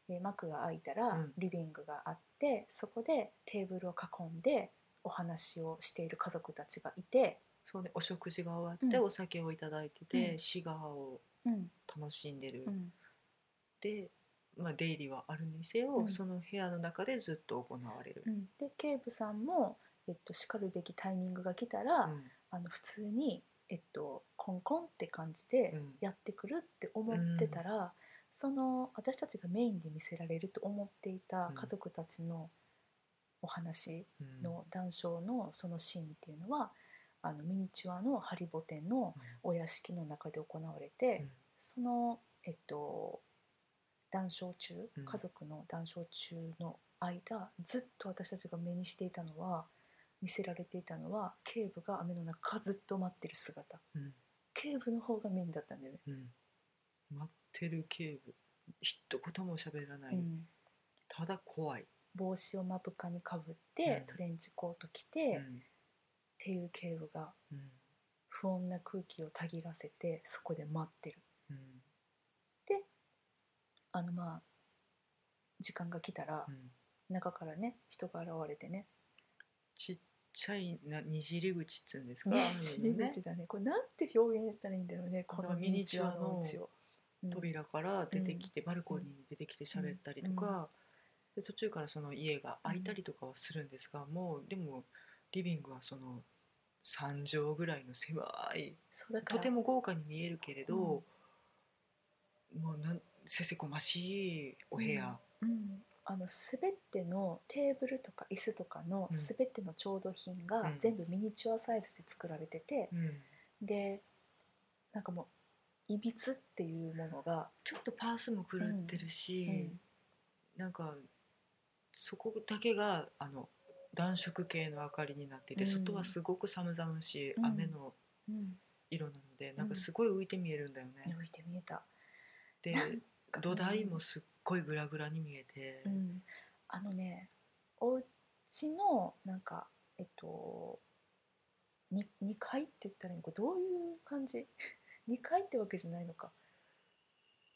えー幕が開いたら
うん
リビングがあって、そこでテーブルを囲んでお話をしている家族たちがいて、
そうね、お食事が終わって
うん
お酒をいただいてて、
うん
シガーを
うん
楽しんでる、
うん
で、まあ、出入りはあるにせよ、
うん
その部屋の中でずっと行われる、
で警部さんも、えっと、しかるべきタイミングが来たら、
うん
あの普通に、えっと、コンコンって感じで
うん
やってくるって思ってたら、その私たちがメインで見せられると思っていた家族たちのお話
うん
の談笑のそのシーンっていうのは、あのミニチュアのハリボテのお屋敷の中で行われて、
うん
そのえっと談笑中
うん
家族の談笑中の間、ずっと私たちが目にしていたのは見せられていたのは警部が雨の中からずっと待ってる姿
うん
警部の方がメインだったんだよね、
うん待ってる警部一言も喋らない、
うん
ただ怖い、
帽子を目深にかぶって、
うん
トレンチコート着て、
う
っ
ん
ていう警部が
うん
不穏な空気をたぎらせてそこで待ってる
うん
あのまあ時間が来たら
うん
中からね人が現れてね
ちっちゃいなにじり口っつうんですか、
ね
あの
入
ね
り口だねこれなんて表現したらいいんだろうねこのミニチュアのお家を。うん
扉から出てきて、バルコニーに出てきて喋ったりとか、で途中からその家が開いたりとかはするんですが、もうでもリビングはその3畳ぐらいの狭い
そうだから
とても豪華に見えるけれど、もうなんせせこましいお部屋、
うん、あの全てのテーブルとか椅子とかの
うん
全ての調度品
う
が
ん
全部ミニチュアサイズで作られてて、
うん
でなんかもういびつっていうものが、
ちょっとパースも狂ってるし、
うん
なんかそこだけがあの暖色系の明かりになっていて、
うん
外はすごく寒々しい
うん
雨の色なので、なんかすごい浮いて見えるんだよね。
伸びて見えた、
で
なんか
土台もすっごいグラグラに見えて、
うん、あのねお家のなんかえっと 2, 二階って言ったらいいのかどういう感じ 二階ってわけじゃないのか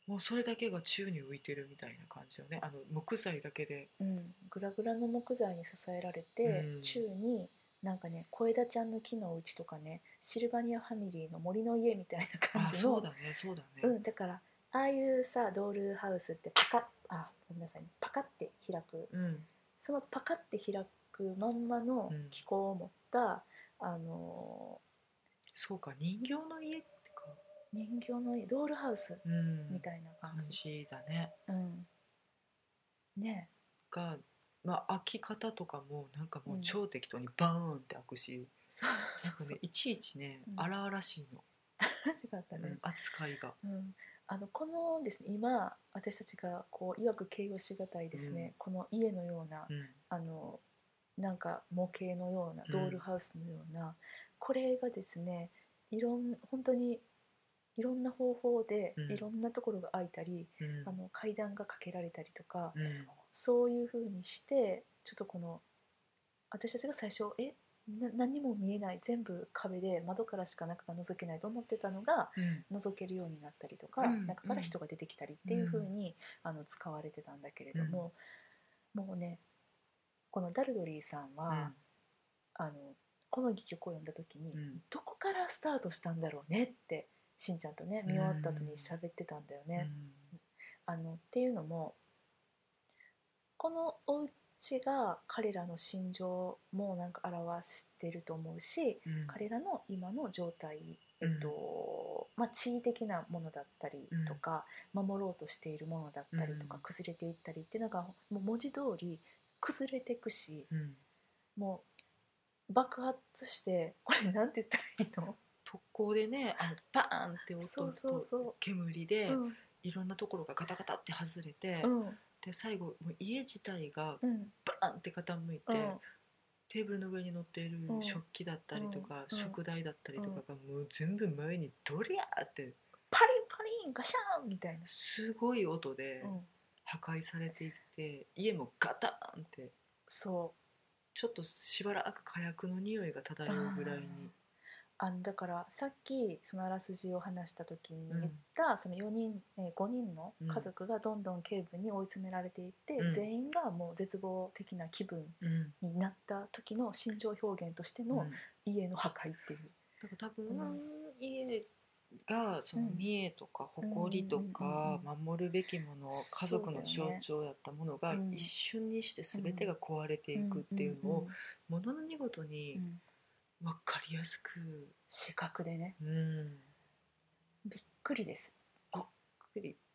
もうそれだけが宙に浮いてるみたいな感じよねあの木材だけで
うん、グラグラの木材に支えられて、
うん
宙になんかね小枝ちゃんの木のうちとかねシルバニアファミリーの森の家みたいな感
あ
じの
そうだねそうだね、
うん、だからああいうさドールハウスってパカッあごめんなさいねパカッて開く
うん
そのパカッて開くまんまの
うん
気候を持った、あの
そうか人形の家ってか、
ー人形の家ドールハウス
うん、
みたいな感
感
じ、
じだね
うん、ね
が、まあ、開き方とかもなんかもう超適当にバーンって開くし、なんかねいちいちね
うん
荒々しいの、
え違ったね、
うん扱いが。
うん、あのこのですね今私たちがこういわく形容しがたいですね、
うん
この家のような、
うん
あのなんか模型のような
うん
ドールハウスのような、これがですねいろん本当にいろんな方法で
うん
いろんなところが開いたり、
うん
あの階段がかけられたりとか、
うん
そういう風にしてちょっとこの私たちが最初えな何も見えない全部壁で窓からしか中が覗けないと思ってたのが
うん
覗けるようになったりとか、
うん
中から人が出てきたりっていう風に、あの使われてたんだけれども、もうねこのダルドリーさんは、あのこの戯曲を読んだ時に、
うん
どこからスタートしたんだろうねってしんちゃんとね見終わった後に喋ってたんだよ
う
ね。
ん
あのっていうのもこのお家が彼らの心情もなんか表してると思うし、
うん
彼らの今の状態、えっとまあ、地位的なものだったりとか、守ろうとしているものだったりとか、
うん
崩れていったりっていうのがもう文字通り崩れていくし
うん
もう爆発してこれなんて言ったらいいの
特攻でねあのバーンって音
そうそうそう
と煙で
うん
いろんなところがガタガタって外れて、
うん
で最後もう家自体が
うん
バーンって傾いて、
うん
テーブルの上に乗っている
うん
食器だったりとか、
うん
食材だったりとかがもう全部前にドリャーって
パリンパリンガシャンみたい
すごい音で
な、うん、
破壊されていって、家もガタンって
そう
ちょっとしばらく火薬の匂いが漂うぐらいに。
あのだからさっきそのあらすじを話した時に
うん
言った、その4人、えー5人の
うん
家族がどんどん警部に追い詰められていって、
うん
全員がもう絶望的な気分
うん
になった時の心情表現として
うん
の家の破壊っていう、
だから多分、
う
家がその
うん
見栄とか誇りとか
うん
守るべきもの家族の
そうだよ
象
ね
徴だったもの
う
が
ん
一瞬にして全てが壊れていくっていうのをものの見事
うん
に
うんうん
分かりやすく、
視覚でね
うん、
びっくりですあ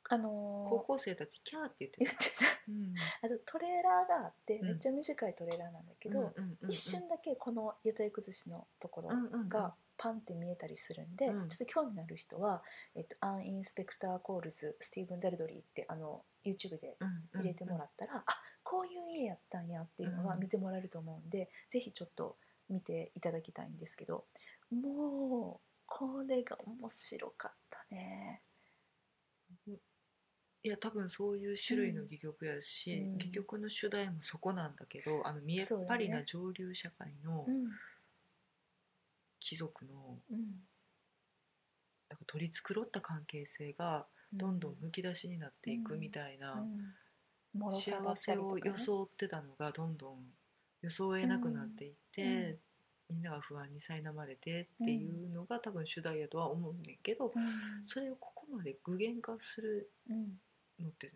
高
の
校生たちキャーって言っ
ー、言
て、
ったてた
うん
あとトレーラーがあって
うん
めっちゃ短いトレーラーなんだけど、
うんうんうん
一瞬だけこの屋台崩しのところ、
うんうん
がパンって見えたりするんで、
うん
ちょっと興味のある人は、えっと、アン・インスペクター・コールズスティーブン・ダルドリーってあの YouTube で
うんうんうん
入れてもらったら、あこういう家やったんやっていうのは
うん
見てもらえると思うんで、ぜひちょっと見ていただきたいんですけどもうこれが面白かったね。
いや多分そういう種類の戯曲やし、
うん
戯曲の主題もそこなんだけどあの見えっ張りな上流社会の
うん
貴族の
うん
なんか取り繕った関係性がどんどんむき出しになっていくみたいな、
うん脆さだ
幸
った
せ
りとか
を
ね
装ってたのがどんどん装えなくなっていって、
うん
みんなが不安に苛まれてっていうのが多分主題やとは思うんだけど、
うん
それをここまで具現化する
うん
のって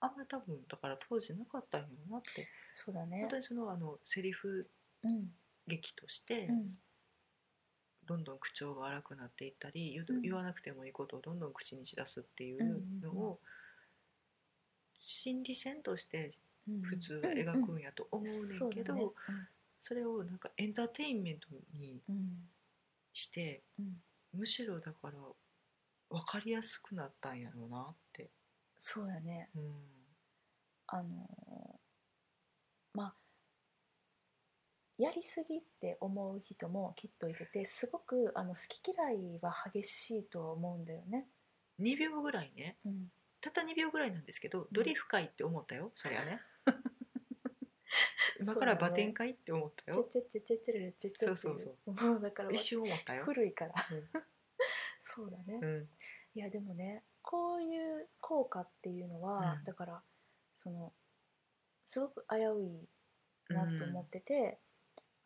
あんまり多分だから当時なかったんやろなって
そうだね
本当にそのあのセリフ
うん
劇として
うん
どんどん口調が荒くなっていったり言う
うん
言わなくてもいいことをどんどん口にしだすってい
んう
う
んう
の
ん
を心理戦として
うん
普通は描くんやと思うねんけ
そ
ど、
うだね
それをなんかエンターテインメントに
うんうん
して
うん
むしろだから分かりやすくなったんやろうなって、
そうやね
うん、
あのーまあやりすぎって思う人もきっといててすごくあの好き嫌いは激しいとは思うんだよね。
2秒ぐらいね
うん、
たった2秒ぐらいなんですけどドリフかいって思ったよそり ゃね今からバテンかいって思った
チェ
よ
チェチェチェチェレレチェチェってい
そうそう
もうだから
一瞬思ったよ、
古いから
うん
そうだね、
うん
いやでもねこういう効果っていうのは、
うん
だからそのすごく危ういなと思ってて、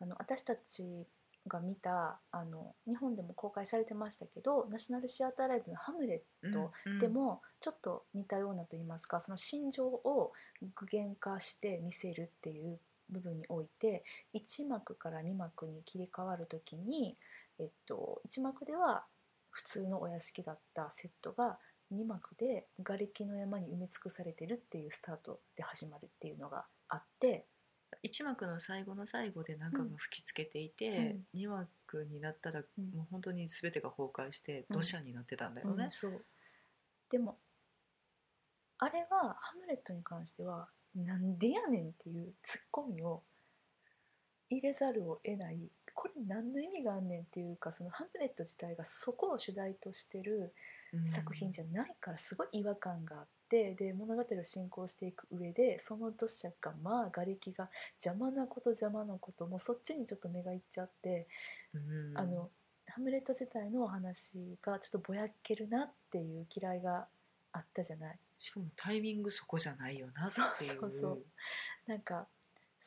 あの私たちが見たあの日本でも公開されてましたけどナショナルシアターライブの「ハムレと
うん
ット」でもちょっと似たようなと言いますか、その心情を具現化して見せるっていう部分において1幕から2幕に切り替わる時に、えっと、1幕では普通のお屋敷だったセットが2幕で瓦礫の山に埋め尽くされてるっていうスタートで始まるっていうのがあって、
一幕の最後の最後で中が吹きつけていて、二幕になったら
うん
もう本当に全てが崩壊して
うん
土砂になってたんだよね、
そうでもあれは「ハムレット」に関しては「なんでやねん」っていうツッコミを入れざるを得ないこれ何の意味があんねんっていうかその「ハムレット」自体がそこを主題としてる
うん
作品じゃないからすごい違和感があってで物語を進行していく上でその土砂がまあ瓦礫が邪魔なこと邪魔なこともうそっちにちょっと目がいっちゃって
うん
あのハムレット自体のお話がちょっとぼやけるなっていう嫌いがあったじゃない
しかもタイミングそこじゃないよなっていう
そうそうそうなんか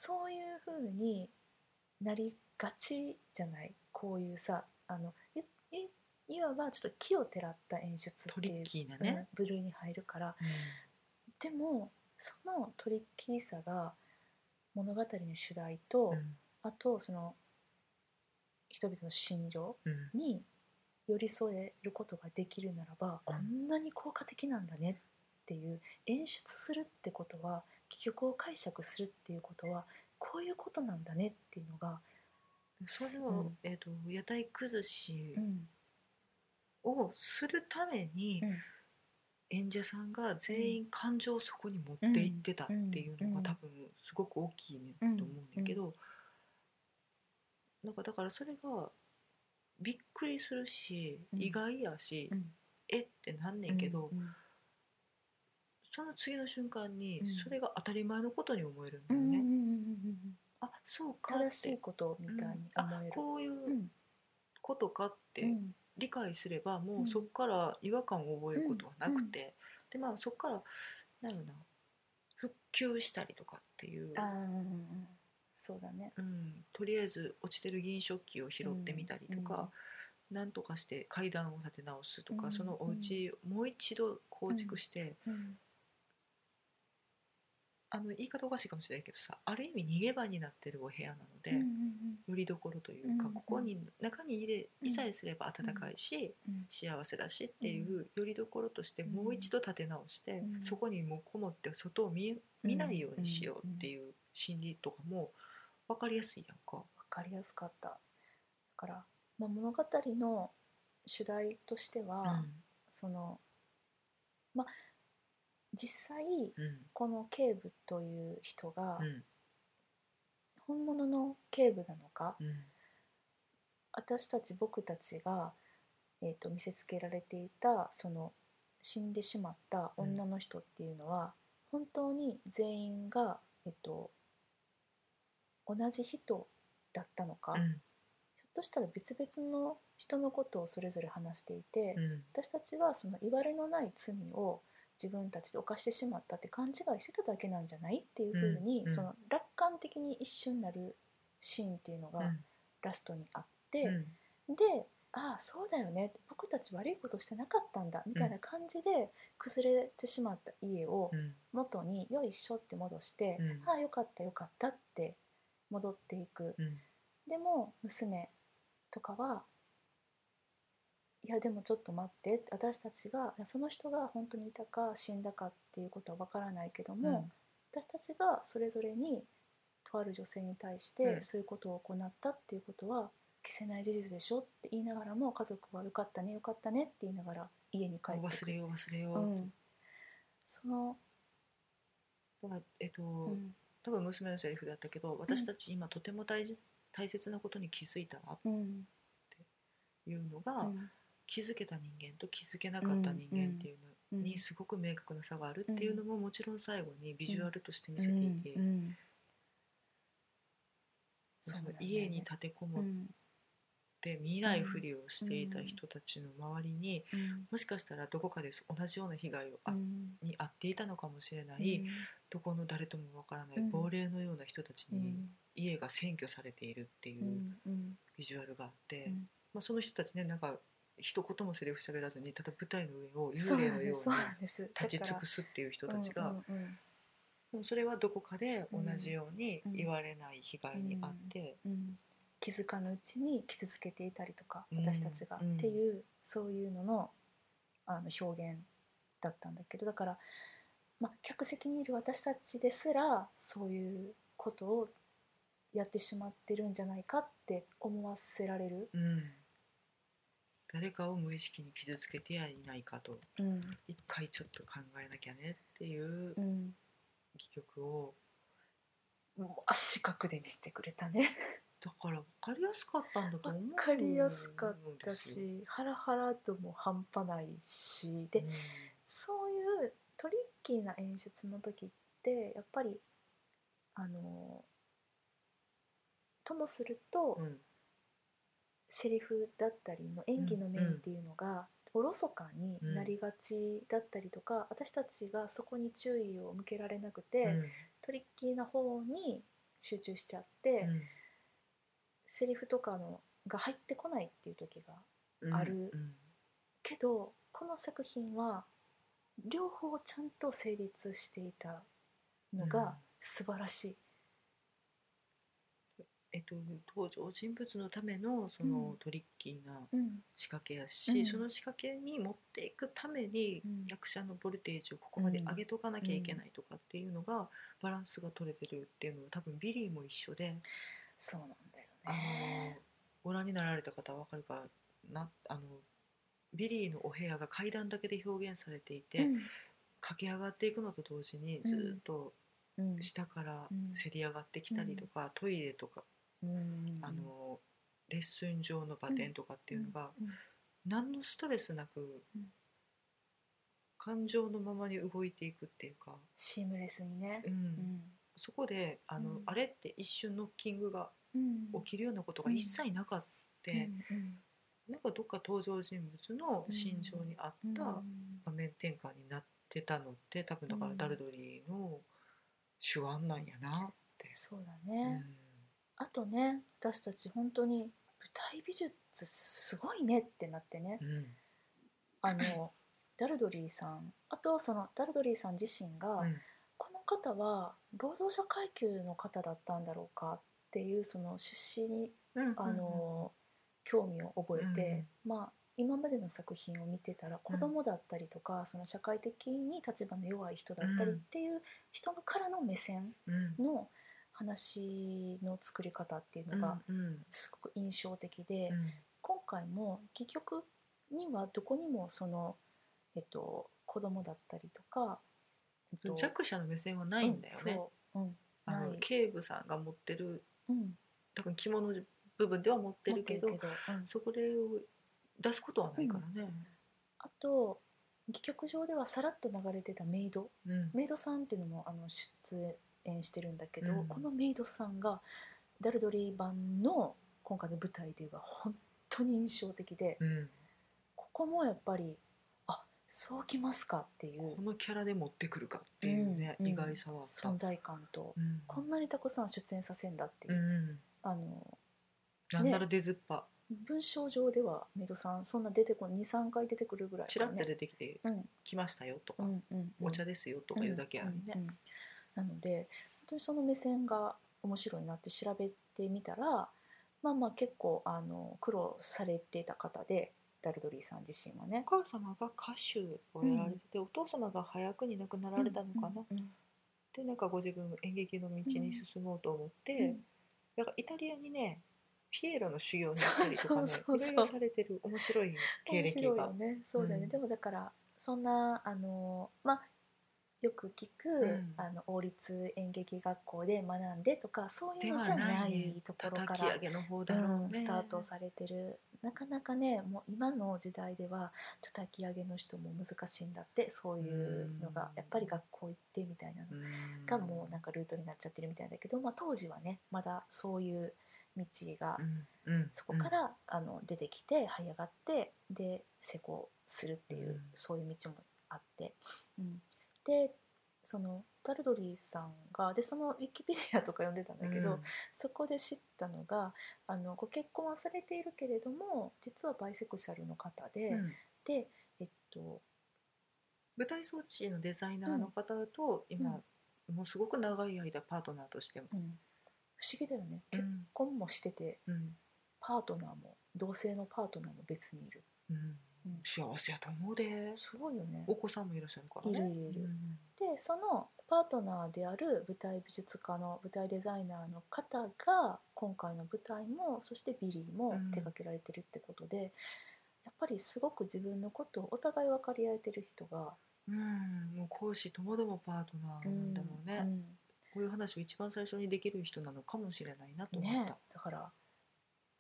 そういう風になりがちじゃないこういうさあのいいいわばちょっと木をてらった演出
ト
って
リ
いう
ッ、キーな
うん
ね、
部類に入るから
うん
でもそのトリッキーさが物語の主題と、
うん
あとその人々の心情、
うん
に寄り添えることができるならば、
うん
こんなに効果的なんだねっていう演出するってことは戯曲を解釈するっていうことはこういうことなんだねっていうのが、
それ
う
を
ん
えー、と屋台崩し
うん
をするために
うん
演者さんが全員感情をそこに持っていってたっていうの
うん
が多分すごく大きいね
うん
と思うんだけどなんかだからそれがびっくりするし
うん
意外やし
うん
えってなんねんけど
うん
その次の瞬間に
うん
それが当たり前のことに思えるん
う
だ
ん
よ
うんうんうん
ね。
うん
あそうかっ
正しい
て
ことみたいに
あ
思える。
こういううんことかって
うん
理解すれば
ん
もうそこから違和感を覚えることはなくて、でまあそこからなんやろな復旧したりとかっていう、
あーうんうんうんそうだね。
うん、とりあえず落ちてる銀食器を拾ってみたりとか、なんとかして階段を立て直すと
う
か、
ん
そのお家もう一度構築して、
うん
あの言い方おかしいかもしれないけどさある意味逃げ場になってるお部屋なので。
うんうん
よりどころというか、
うん
ここに中に入れ
うん
いさえすれば暖かいし、
うん
幸せだしっていうよりどころとしてもう一度立て直して、
うん
そこにもうこもって外を見え
うん
見ないようにしようっていう心理とかも分かりやすいやんか。
わかりやすかった。だから、まあ、物語の主題としては、そのまあ実際
うん
この警部という人が
うん
本物の警部なのか、
うん
私たち僕たちが、えー、と見せつけられていたその死んでしまった女の人っていうのは、本当に全員が、えっと同じ人だったのか、
う
ひょっ
ん
としたら別々の人のことをそれぞれ話していて。
うん
私たちはそのいわれのない罪を自分たちで犯してしまったって勘違いしてただけなんじゃないっていうふうに、
うん
その楽観的に一瞬なるシーンっていうの
う
が
ん
ラストにあって、
うん
でああそうだよねって僕たち悪いことしてなかったんだみたいな感じで崩れてしまった家を
うん
元によいしょって戻して、
うん
ああよかったよかったって戻っていく、
うん
でも娘とかはいやでもちょっと待ってって私たちがいやその人が本当にいたか死んだかっていうことはわからないけど
うん
も、私たちがそれぞれにとある女性に対し
う
て
ん
そういうことを行ったっていうことは消せない事実でしょって言いながらも家族はよかったねよかったねって言いながら家に帰
もう
って
忘
く
れ
る
よう忘れよ
う
う、
ん、その、
だからえっと、
うん
多分娘のセリフだったけど私たち今とても大事大切なことに気づいたわ
うん
いうの
う
が、
ん
気づけた人間と気づけなかった人間っていう
う
の
ん
にすごく明確な差があるっていうのももちろん最後にビジュアルとして見せていて、
うんうん
そ
そう
の
だね
家に立てこも
う
っ
ん
て見ないふりをしていた人たちの周りに
うん
もしかしたらどこかで同じような被害をあ、
うん
に遭っていたのかもしれな
う
い、
ん
どこの誰ともわからない
うん
亡霊のような人たち
う
に
ん
家が占拠されているっていううん
うん
ビジュアルがあって、
うん
まあ、その人たちねなんか一言もセリフ喋らずにただ舞台の上を
そ
幽
う
霊
なん
の
です
よう
そう
に
なんです
立ち尽く
す
すっていう人たちが、
うんうん
でもそれはどこかで同じように
うん
言われない被害にあって、
うんうん気づかぬうちに傷つけていたりとか
うん
私たちが、
うん
っていうそういうののあの表現だったんだけどだから、まあ、客席にいる私たちですらそういうことをやってしまってるんじゃないかって思わせられる。
うん誰かを無意識に傷つけてはいないかと
うん
一回ちょっと考えなきゃねっていう
うん、
戯曲を
もう足角で見せてくれたね。
だから分かりやすかったんだと思うんです
わかりやすかった
よ
しハラハラとも半端ないしで、
うん
そういうトリッキーな演出の時ってやっぱりあのともすると、
うん
セリフだったりの演技の面っていうのが、おろそかになりがちだったりとか、私たちがそこに注意を向けられなくて、
うん
トリッキーな方に集中しちゃって、セリフとかのが入ってこないっていう時が
うん
ある
うん
けどこの作品は両方ちゃんと成立していたの
うん
が素晴らしい。
えっと、登場人物のためのその、
うん
トリッキーな
うん
仕掛けやし、
うん
その仕掛けに持っていくために、
うん
役者のボルテージをここまで上げとかなきゃいけないとかっていうのが、バランスが取れてるっていうのは多分ビリーも一緒で、
そうなんだよ
あの
ね。
ご覧になられた方はわかるかなあのビリーのお部屋が階段だけで表現されていて、駆け上がっていくのと同時に
うん
ずっと
うんうん
下から
うん
せり上がってきたりとか、トイレとか、
うん
あのレッスン上のバテンとかっていうのが、
うん
何のストレスなく、
うん
感情のままに動いていくっていうか、
シームレスにね
う。んそこであの、
うん
あれって一瞬ノッキングが
うん
起きるようなことが一切なかっ
うん
た、なんかどっか登場人物の心情に合っ
うん
た場面転換になってたのって多分だからダルドリーの手腕なんやなって。
そうだ
う
ね。
ん
あとね私たち本当に舞台美術すごいねってなってね。
うん
あのダルドリーさんあとそのダルドリーさん自身が、
うん
この方は労働者階級の方だったんだろうかっていうその出資に
うん
あの、興味を覚えて、まあ今までの作品を見てたら子供だったりとか、その社会的に立場の弱い人だったりっていう人のからの目線
うん
の話の作り方っていうのが
うんうん
すごく印象的で、
うん
今回も戯曲にはどこにもその、えっと、子供だったりとか、えっと
弱者の目線はないんだよね。
うんそううん
あ
な
の
い
警部さんが持ってる
うん、
多分着物部分では持ってるけど
持ってるうん
そこで出すことはないからね。
あと戯曲上ではさらっと流れてたメイド
うん
メイドさんっていうのもあの出演してるんだけど、
うん
このメイドさんがダルドリー版の今回の舞台では本当に印象的で、
うん
ここもやっぱりあそうきますかってい
こ
う
のキャラで持ってくるかっていうね、
うん
意外さはあった。
存在感と、
うん
こんなにたくさん出演させんだっていうう、
ん
あの
なんなら出ずっぱ、
文章上ではメイドさんそんな出てこ23回出てくるぐらい
ちらっと
ね
出てきて
うん
きましたよとか、
うんうんうん
お茶ですよとか言うだけやね。
うんうんうんなので本当にその目線が面白いなって調べてみたらまあまあ結構あの苦労されていた方でダルドリーさん自身はね
お。母様が歌手をやられてて、お父様が早くに亡くなられたのかな、
うんうん
でなんかご自分演劇の道に進もうと思って、
うん
だからイタリアにねピエロの修行に行ったりとかね
そうそうそうそう
いろいろされてる面白い経歴
面白い
が
よ。ねそうだよね、
うん
でもだからそんなあのまあよく聞く、
うん
あの王立演劇学校で学んでとかそうい
で
うの
は
じゃな
ないい
ところか
叩き
ら
上げの方だ
う
ろ
ん
うね。
スタートされてるなかなかねもう今の時代では叩き上げの人も難しいんだってそういうのが
うん
やっぱり学校行ってみたいなの
うん
がもうなんかルートになっちゃってるみたいだけど、まあ、当時はねまだそういう道が
うんうん
そこから、あの出てきて這い上がってで施工するっていう、
うん
そういう道もあって、うん、でそのダルドリーさんがでそのウィキペディアとか読んでたんだけど、
うん
そこで知ったのがあのご結婚はされているけれども実はバイセクシャルの方で、
うん
でえっと
舞台装置のデザイナーの方と今、もうすごく長い間パートナーとしても、
うん不思議だよね
う
結
ん
婚もしてて
うん
パートナーも同性のパートナーも別にいる
うん
うん
幸せやと思うです
ごいよね。
お子さんもいらっしゃるからね
いるいるいる
うん
でそのパートナーである舞台美術家の舞台デザイナーの方が今回の舞台もそしてビリーも手掛けられてるってことで、やっぱりすごく自分のことをお互い分かり合えてる人が、
うんもう講師ともどもパートナーなんだろうね、
う
こ
ん
ういう話を一番最初にできる人なのかもしれないなと思っ
ね
た、、
だから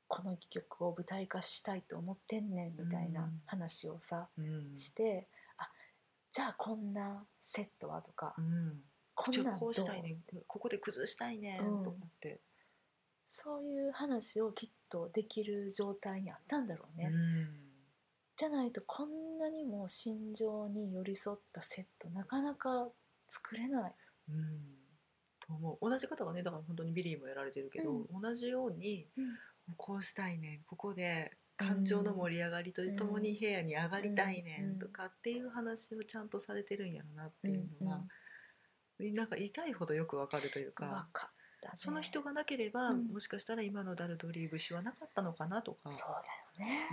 この曲を舞台化したいと思ってんねんみたいな話をさ、
うん
してあじゃあこんなセットはとか、
うん、
こ
ちょ
んなん
っと
ど
こ
う
うしたいねここで崩したいね、
うん
とかって、
そういう話をきっとできる状態にあったんだろうね。
うん
じゃないとこんなにも心情に寄り添ったセットなかなか作れない。
うんと思う同じ方がねだから本当にビリーもやられてるけど、
う
同じように
うん
こうしたいねんここで感情の盛り上がりとともに部屋に上がりたいね
うん
んとかっていう話をちゃんとされてるんやろなっていうのが、なんか痛いほどよくわかるというか。
わかったね
その人がなければ、
うん
もしかしたら今のダルドリー節はなかったのかなとか
そう、だよね。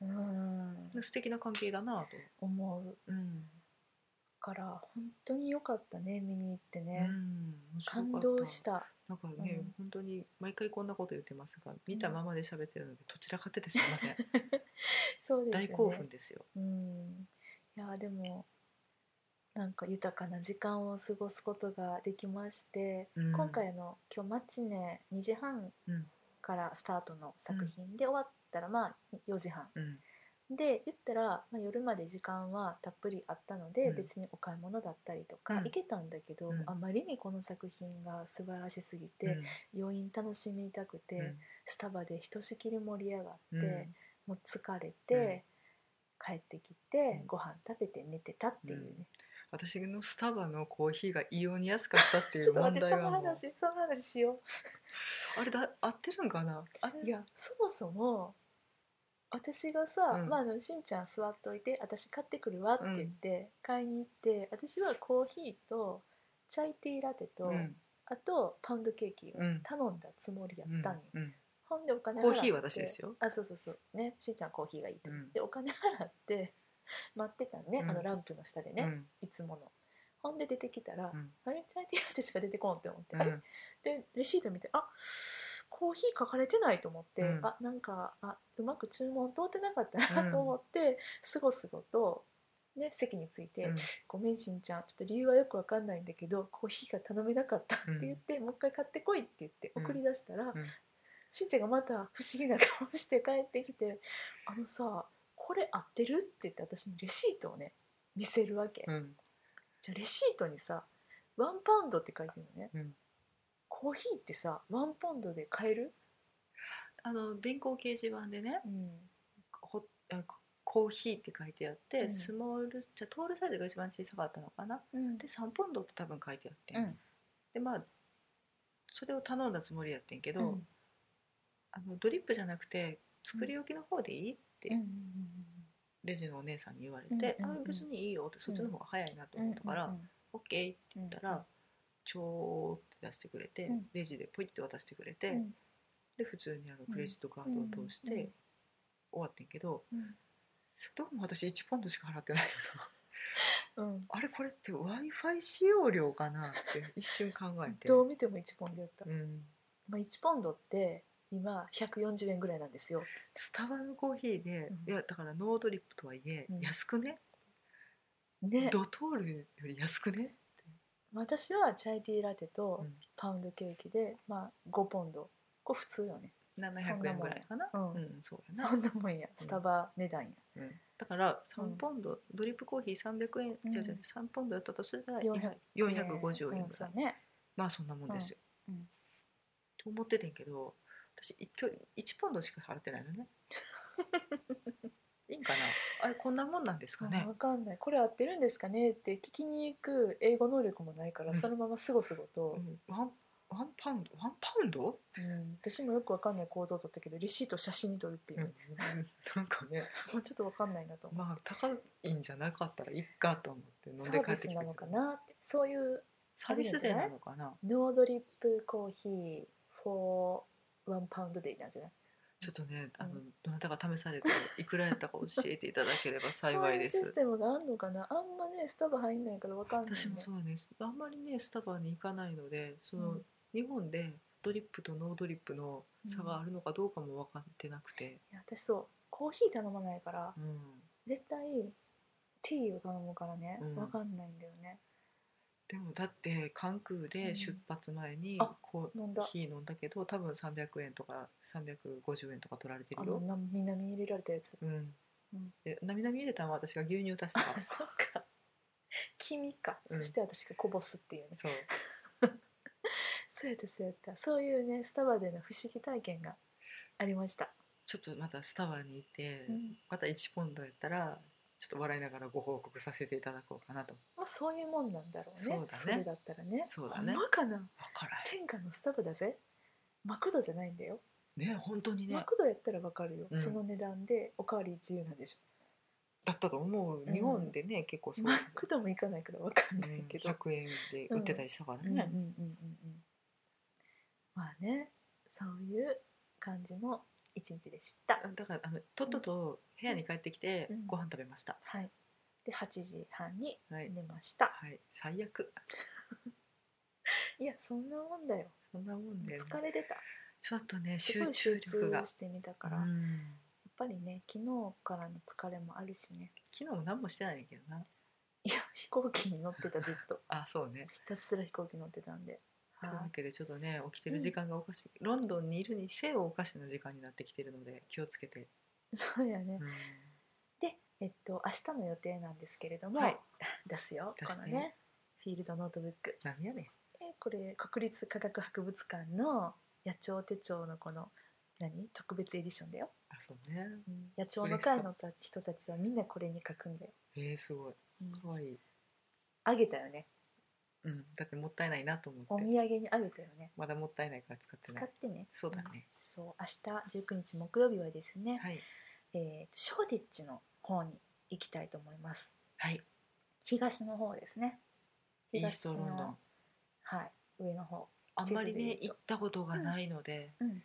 うん、
うん、素敵な関係だなと、
思う
うん
から本当に良かったね見に行って
う
ね。
ん、面白かった
感動した。
だからね、
うん
本当に毎回こんなこと言ってますが見たままで喋ってるのでどちらかっててすいま せん、
そうですよね。
大興奮。ですよ、
うん。いやでもなんか豊かな時間を過ごすことができまして。
うん
今回あの今日マチネ2時半
うん
からスタートの作品で終わったらまあ4時半
うん
で言ったら、まあ、夜まで時間はたっぷりあったので、
うん
別にお買い物だったりとか
うん
行けたんだけど、
うん
あまりにこの作品が素晴らしすぎて、余韻楽しみたくて、
うん
スタバでひとしきり盛り上がって、
うん
もう疲れて、帰ってきて、
うん
ご飯食べて寝てたっていうね、
私のスタバのコーヒーが異様に安かったってい
ちょっ
う
と
問
待って
題
その
はもう
話その話しよう。
あれだ合ってるんかなあれ
いやそもそも私がさ、
うん
まあ、あのしんちゃん座っといて私買ってくるわって言って、買いに行って私はコーヒーとチャイティーラテと、
うん
あとパウンドケーキを
うん
頼んだつもりや
うん
ったんよ、
うん
ほんでお金払
コ
って
ーヒーは私ですよ
あそうそうそうねしんちゃんコーヒーがいいと、
うん
でお金払って 待ってたんね、
うん
あのランプの下で
う
ね、
ん
いつものほんで出てきたら、
うん
あれチャイティーラテしか出てこんって思って、
う
あれ
ん
でレシート見てあコーヒー書かれてないと思って、
うん
あなんかあうまく注文通ってなかった
う
なんと思って、すごすごと、ね、席に着いて、
うん
ごめんしんちゃんちょっと理由はよくわかんないんだけどコーヒーが頼めなかった」って言って、もう一回買ってこい」って言って
うん
送り出したら、
うん
しんちゃんがまた不思議な顔して帰ってきて「あのさこれ合ってる?」って言って私にレシートをね見せるわけ。
うん
じゃあレシートにさ「ワンパウンド」って書いてるのね、
うん
コーヒーってさワンパウンドで買える、
あの電光掲示板でね
うん
ほあコーヒーって書いてあって、
うん
スモールじゃあトールサイズが一番小さかったのかなで3ポンドって多分書いてあって、
うん
でまあそれを頼んだつもりやってんけど、
うん
あのドリップじゃなくて作り置きの方でいいって、
うん
レジのお姉さんに言われ
うんうん
て「
うん
あ別にいいよ」ってそっちの方が早いなと
うんうんうん
思ったから「
うん
OK」って言ったら「ちょー」って出してくれて、
うん
レジでポイって渡してくれて、
うん
で普通にあのクレジットカードを通して
うんうん
終わってんけど、
うん
どうも私1ポンドしか払ってない
うん
あれこれって w i f i 使用料かなって一瞬考えて。
どう見ても1ポンドやった、
うん
まあ、1ポンドって今140円ぐらいなんですよ
スタバのコーヒーで、
うん
いやだからノードリップとはいえ、
うん
安くね
ね
ドトールより安くね
私はチャイティーラテと
うん
パウンドケーキで、まあ5ポンドこれ普通よね
700円ぐらいかな
そんなもん
う
や
んそうやな
そんなもんやスタバ値段や、
うんだから
う
3
ん
ポンド、ドリップコーヒー300円、
うん
じゃじゃ3ポンドだったとすれば
400
450円
うん
ぐ
そ
らい、
うね
まあそんなもんですよ、
うんうん
と思っててんけど私一挙1ポンドしか払ってない のねいいんかなあれこんなもんなんですかね
分かんないこれ合ってるんですかねって聞きに行く英語能力もないから
うん
そのまますごすごと、
うんワンワンパウンドワンパウンド、
うん私もよく分かんない行動を取ったけどレシートを写真に撮るっていう、
なんかね
もうちょっと分かんないなと思う
まあ高いんじゃなかったらいいかと思って飲ん
サ
で
ー
帰っ
ビ
て
ス
き
な
たけ
の
ど
かなってそういう
サービスデーなのかな
ノードリップコーヒー for 1パウンドデイなんじゃない
ちょっとねあの、
う
どなたが試されていくらやったか教えていただければ幸い で
そううシ
す
ステムがあんのかなあんまねスタバ入んないから分かんない、ね、
私もそうですあんまりねスタバに行かないのでその、
うん
日本でドリップとノードリップの差があるのかどうかも分かってなくて、
いや私そうコーヒー頼まないから
うん
絶対ティーを頼むからね、
うん
分かんないんだよね
でもだって関空で出発前に
うんあ
コ
飲ん
ー
だ
ヒー飲んだけど多分300円とか350円とか取られて
あ
る
の
よ。
なみんな見入れられたやつ
うん
うん
でなみなみ入れたのは私が牛乳足した
あ
か ら
そうか君か、
うん
そして私がこぼすっていうね
そう
そうやったそうやったそういうねスタバでの不思議体験がありました、
ちょっとまたスタバに行って、
うん
また1ポンドやったらちょっと笑いながらご報告させていただこうかなと
まあ、そういうもんなんだろうね
そうだね
れだったらね
そうだね
ほんまかな
分から
天下のスタバだぜマクドじゃないんだよ、
へんね本当にね
マクドやったらわかるよ、
うん
その値段でおかわり自由なんでし
だったと思う
うん
日本でね、結構
ょ
そう
マクドも行かないからわかん
うん
ないけど、
100円で売ってたりしたから
うんうんうん
ね、
うんうんまあねそういう感じの一日でした、
だからあのとっとと部屋に帰ってきて
うん
ご飯食べました、
はいで8時半に
はい、
寝ました、
はい、最悪
い、やそんなもんだよ
そんなもんで、ね、
疲れてた
ちょっとね
すご
集
い
中力が
集中してみたから、
う
やっ
ん
ぱりね昨日からの疲れもあるしね
昨日も何もしてないんやけどない
や飛行機に乗ってたずっと
あそうね
ひたすら飛行機乗ってたんで
という
は
わ
い
けでちょっとね起きてる時間がおかしい、ロンドンにいるにせよおかしな時間になってきてるので気をつけて、
そうやね
うん
で、えっと、明日の予定なんですけれども、
はい
出すよ
出
こ
して
のねフィールドノートブック
なんやねん
えこれ国立科学博物館の野鳥手帳のこの何特別エディションだよ、
あそうね
野鳥の会のた人たちはみんなこれに書くんだよ、
えー、すごいかわいい、
あげたよね
うん、だってもったいないなと思
お土
って
産にあげたよね
まだもったいないから使って
使
ない
ってね
そうだね、
そう明日19日木曜日はですね、
はい
えーショーディッチの方に行きたいと思います
はい
東の方ですね
イーストロンド
東の
ン
はい上の方
あんまり
地図
ね
で言う
行
と
ったことがないので、
うん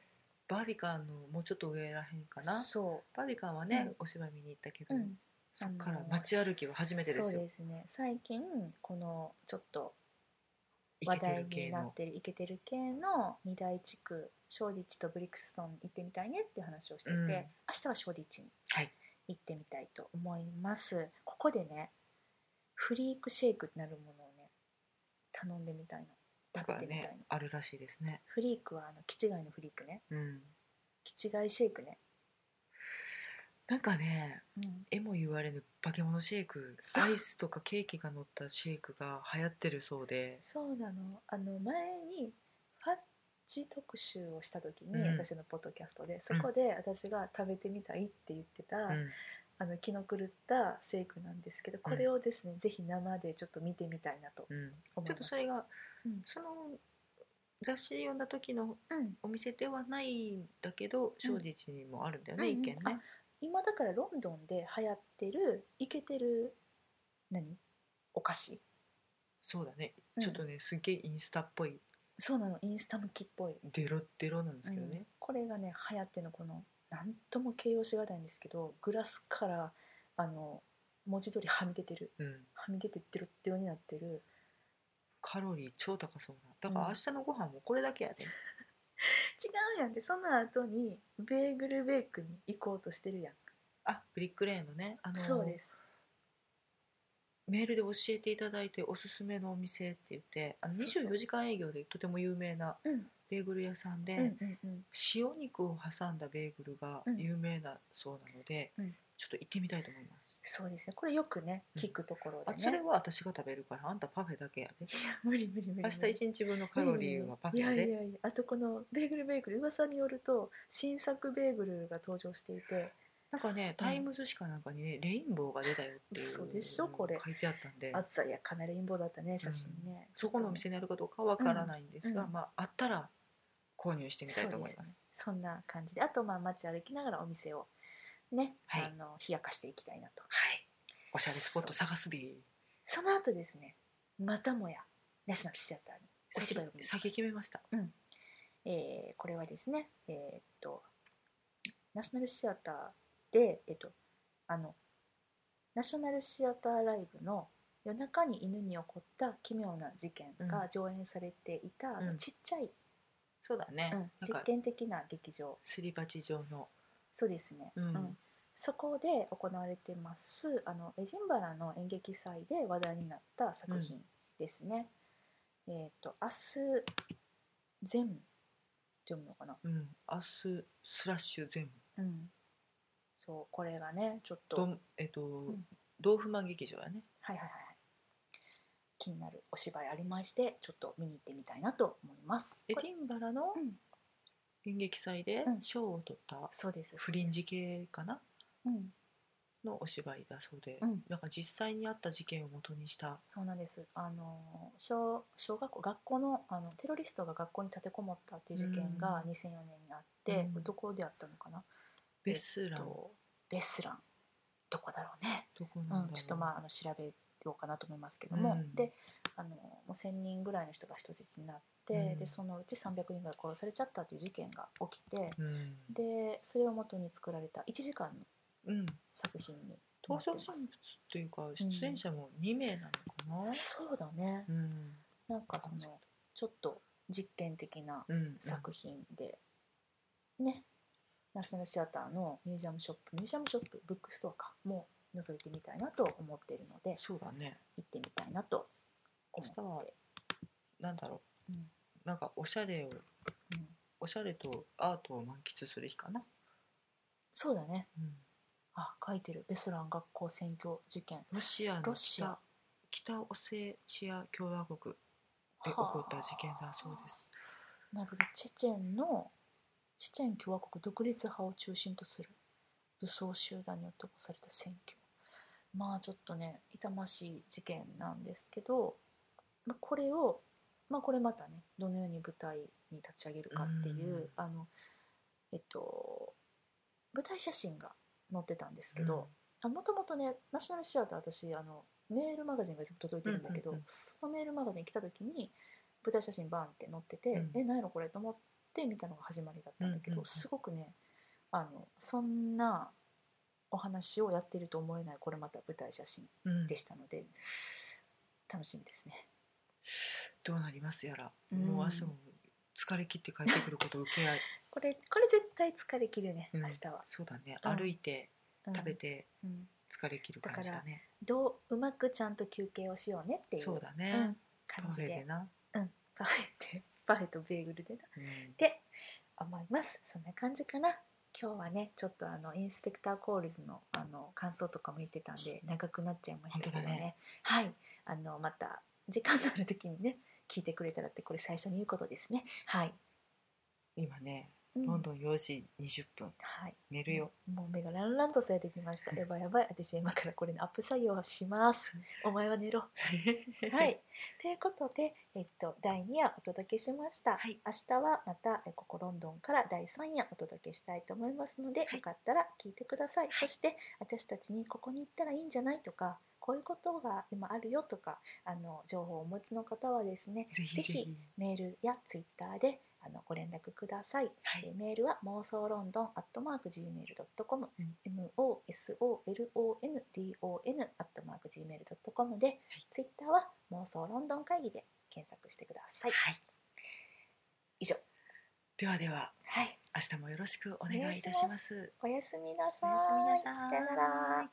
バービカンのもうちょっと上らへんかな
そ
バービカンはね、
うん
お芝居見に行ったけ
う、
ど、
うん、
そっか
あ
ら
のー
街歩きは初めてで
そう
すよ
ですね最近このちょっと
イ
話
ケて
題
る系
にな
の
ってるイケてる系の二大地区ショーディッチとブリクストン行ってみたいねっていう話をしてて、
うん
明日はショーディッチに
はい
行ってみたいと思います、ここでねフリークシェイクなるものをね頼んでみたいの
だか
食べ
ら
てみたい
ね
の
あるらしいですね
フリークはあのキチガイのフリークね
うん
キチガイシェイクね、
なんかね
うん、
絵も言われぬ化け物シェイク
そう
アイスとかケーキが乗ったシェイクが流行ってるそうで
そうなのあの前にファッチ特集をした時に、
うん
私のポッドキャストでそこで私が食べてみたいって言ってた、
うん
あの気の狂ったシェイクなんですけどこれをですね、ぜひ生でちょっと見てみたいなと、
うん
思います
ちょっとそれが、
うん
その雑誌読んだ時の
うん、
お店ではないんだけど正治地にもあるんだよね、
うんうん
一軒ね、
あ今だからロンドンで流行ってるイケてる何お菓子
そうだね、
うん
ちょっとねすっげえインスタっぽい
そうなのインスタ向きっぽい、
デロッデロなんですけど
うん
ね、
これがね流行ってるのこの何とも形容しがたいんですけどグラスからあの文字通りはみ出てる
うん
はみ出てってるってようになってる
カロリー超高そうなだから
うん
明日のご飯もこれだけやで、
うやんってその後にベーグルベイクに行こうとしてるやん、
あブリックレーンのねあの
そうです
メールで教えていただいておすすめのお店って言ってあの
そうそう
24時間営業でとても有名な
うん
ベーグル屋さんで、
うんうんうん
塩肉を挟んだベーグルが
うん
有名だそうなので、
うん
ちょっと行ってみたいと思います、
そうですねこれよくね
うん
聞くところ
あ
で
それ
ね、
は私が食べるからあんたパフェだけやで、
いや無理無理無理無理
明日一日分のカロリーはパフェやで、
いやいやいやあとこのベーグルベーグル噂によると新作ベーグルが登場していて
なんかね
うん
タイムズしかなんかにねレインボーが出たよっていう
嘘でしょこれ
書いてあったんで
あっさりやかなり陰謀だったね写真ね、
そこのお店にあるかどうかはわからないんですが、
うん
まああったら購入してみたいと思います
ね、そんな感じであとまあ街歩きながらお店をね、
はい
あの冷やかしていきたいなと
はいおしゃれスポット探すでー
その後ですねまたもやナショナルシアターにお芝居を見に行きます
先決めました
えーこれはですね、えーっと、ナショナルシアターで、えっと、あの、ナショナルシアターライブの夜中に犬に起こった奇妙な事件
う
が上演されていた、あ
う
の
ん
ちっちゃい、
そうだね、
うん
なん
実
か
験的な劇場、
すり鉢状の
そうですね、
うん
そこで行われてますあのエジンバラの演劇祭で話題になった作品ですね。えーっと、明日、全って読むのかな
うん、明日スラッシュ全
うん、そうこれがねちょっと
ど
はい
んえっと、
ん
豆腐マン劇場やね
はいはいはい気になるお芝居ありましてちょっと見に行ってみたいなと思います
エ
これ
ディンバラの
うん
演劇祭で
うん
賞を取った
そうです
フリンジ系かな
うん
のお芝居だそうで、
うん
なんか実際にあった事件を元にした
そうなんですあの小小学校学校のあのテロリストが学校に立てこもったっていう事件が2004年にあって、
うん
どこであったのかな、
ベスラン、
とベスランどこだろうね
どこなんだろ
う
う、
ん、ちょっとまああの調べようかなと思いますけども、
うん
であのもう1,000人ぐらいの人が人質になって、
うん
でそのうち300人ぐらい殺されちゃったという事件が起きて、
うん、
でそれを元に作られた1時間の
うん、
作品になっ
登
て
場
ま
人物というか出演者も2名なのかな
す。そうだね、
うん、
なんかそのちょっと実験的な
うん、うん
作品で、ねナショナルシアターのミュージアムショップミュージアムショップブックストアかも覗いてみたいなと思っているので
そうだね。
行ってみたいなと思っ
明
て
日はなんだろう、
うん
なんかおしゃれを
うん
おしゃれとアートを満喫する日かな。
そうだね
うん、
あ書いてるベスラン学校選挙事件
ロシアの
ロシア
北北オセチア共和国で起
はあ
こった事件だそうです。
なるほどチェチェンのチェチェン共和国独立派を中心とする武装集団によって起こされた選挙まあちょっとね痛ましい事件なんですけど、まあ、これをまあこれまたねどのように舞台に立ち上げるかっていう
うん
あのえっと舞台写真が載ってたんですけど、あもともとねナショナルシアター私あのメールマガジンが届いてるんだけど、
うんうんうん
そのメールマガジン来た時に舞台写真バーンって載ってて、
うん
え何やろこれと思って見たのが始まりだったんだけど、
うんうんうん
すごくねあのそんなお話をやってると思えないこれまた舞台写真
うん、うん
でしたので、楽しみですね。
どうなりますやら、
うん
もう明日も疲れ切って帰ってくることを受 け合い。
これこれ絶対疲れ切るね
うん
明日は、
そうだね。
うん
歩いて、
うん
食べて
うん
疲れ切る感じだね。
どううまくちゃんと休憩をしようねっていう
そうだね。
うん
パ
感
フ
じ
ェ
で
でな。
うん、パフェでパフェとベーグルでな
うん
って思いますそんな感じかな今日はねちょっとあのインスペクターコールズのあの感想とかも言ってたんで長くなっちゃいましたけどね
本当だね
はいあのまた時間のある時にね聞いてくれたらってこれ最初に言うことですねはい、
今ね、
うん
ロンドン4時20分。
はい
寝るよ。
もう目がランランとされてきましたやばいやばい私は今からこれのアップ作業をしますお前は寝ろは。い、ということで、えっと、第2夜お届けしました、
はい
明日はまたえここロンドンから第3夜お届けしたいと思いますので、よかったら聞いてください、そして私たちにここに行ったらいいんじゃないとかこういうことが今あるよとかあの情報をお持ちの方はですね
ぜひぜ
ぜひ
ひ。
メールやツイッターであのご連絡ください、
は
え
い。
ーメールは妄想ロンドンアットマーク Gmail.com、
うん
MOSOLONDON アットマーク Gmail.com で、ツイッターは妄想ロンドン会議で検索してください。
はい
以上
ではでは
はい
明日もよろしくお願いいたします。
おやすみなさ
おやすみなさ
さ
い
よなら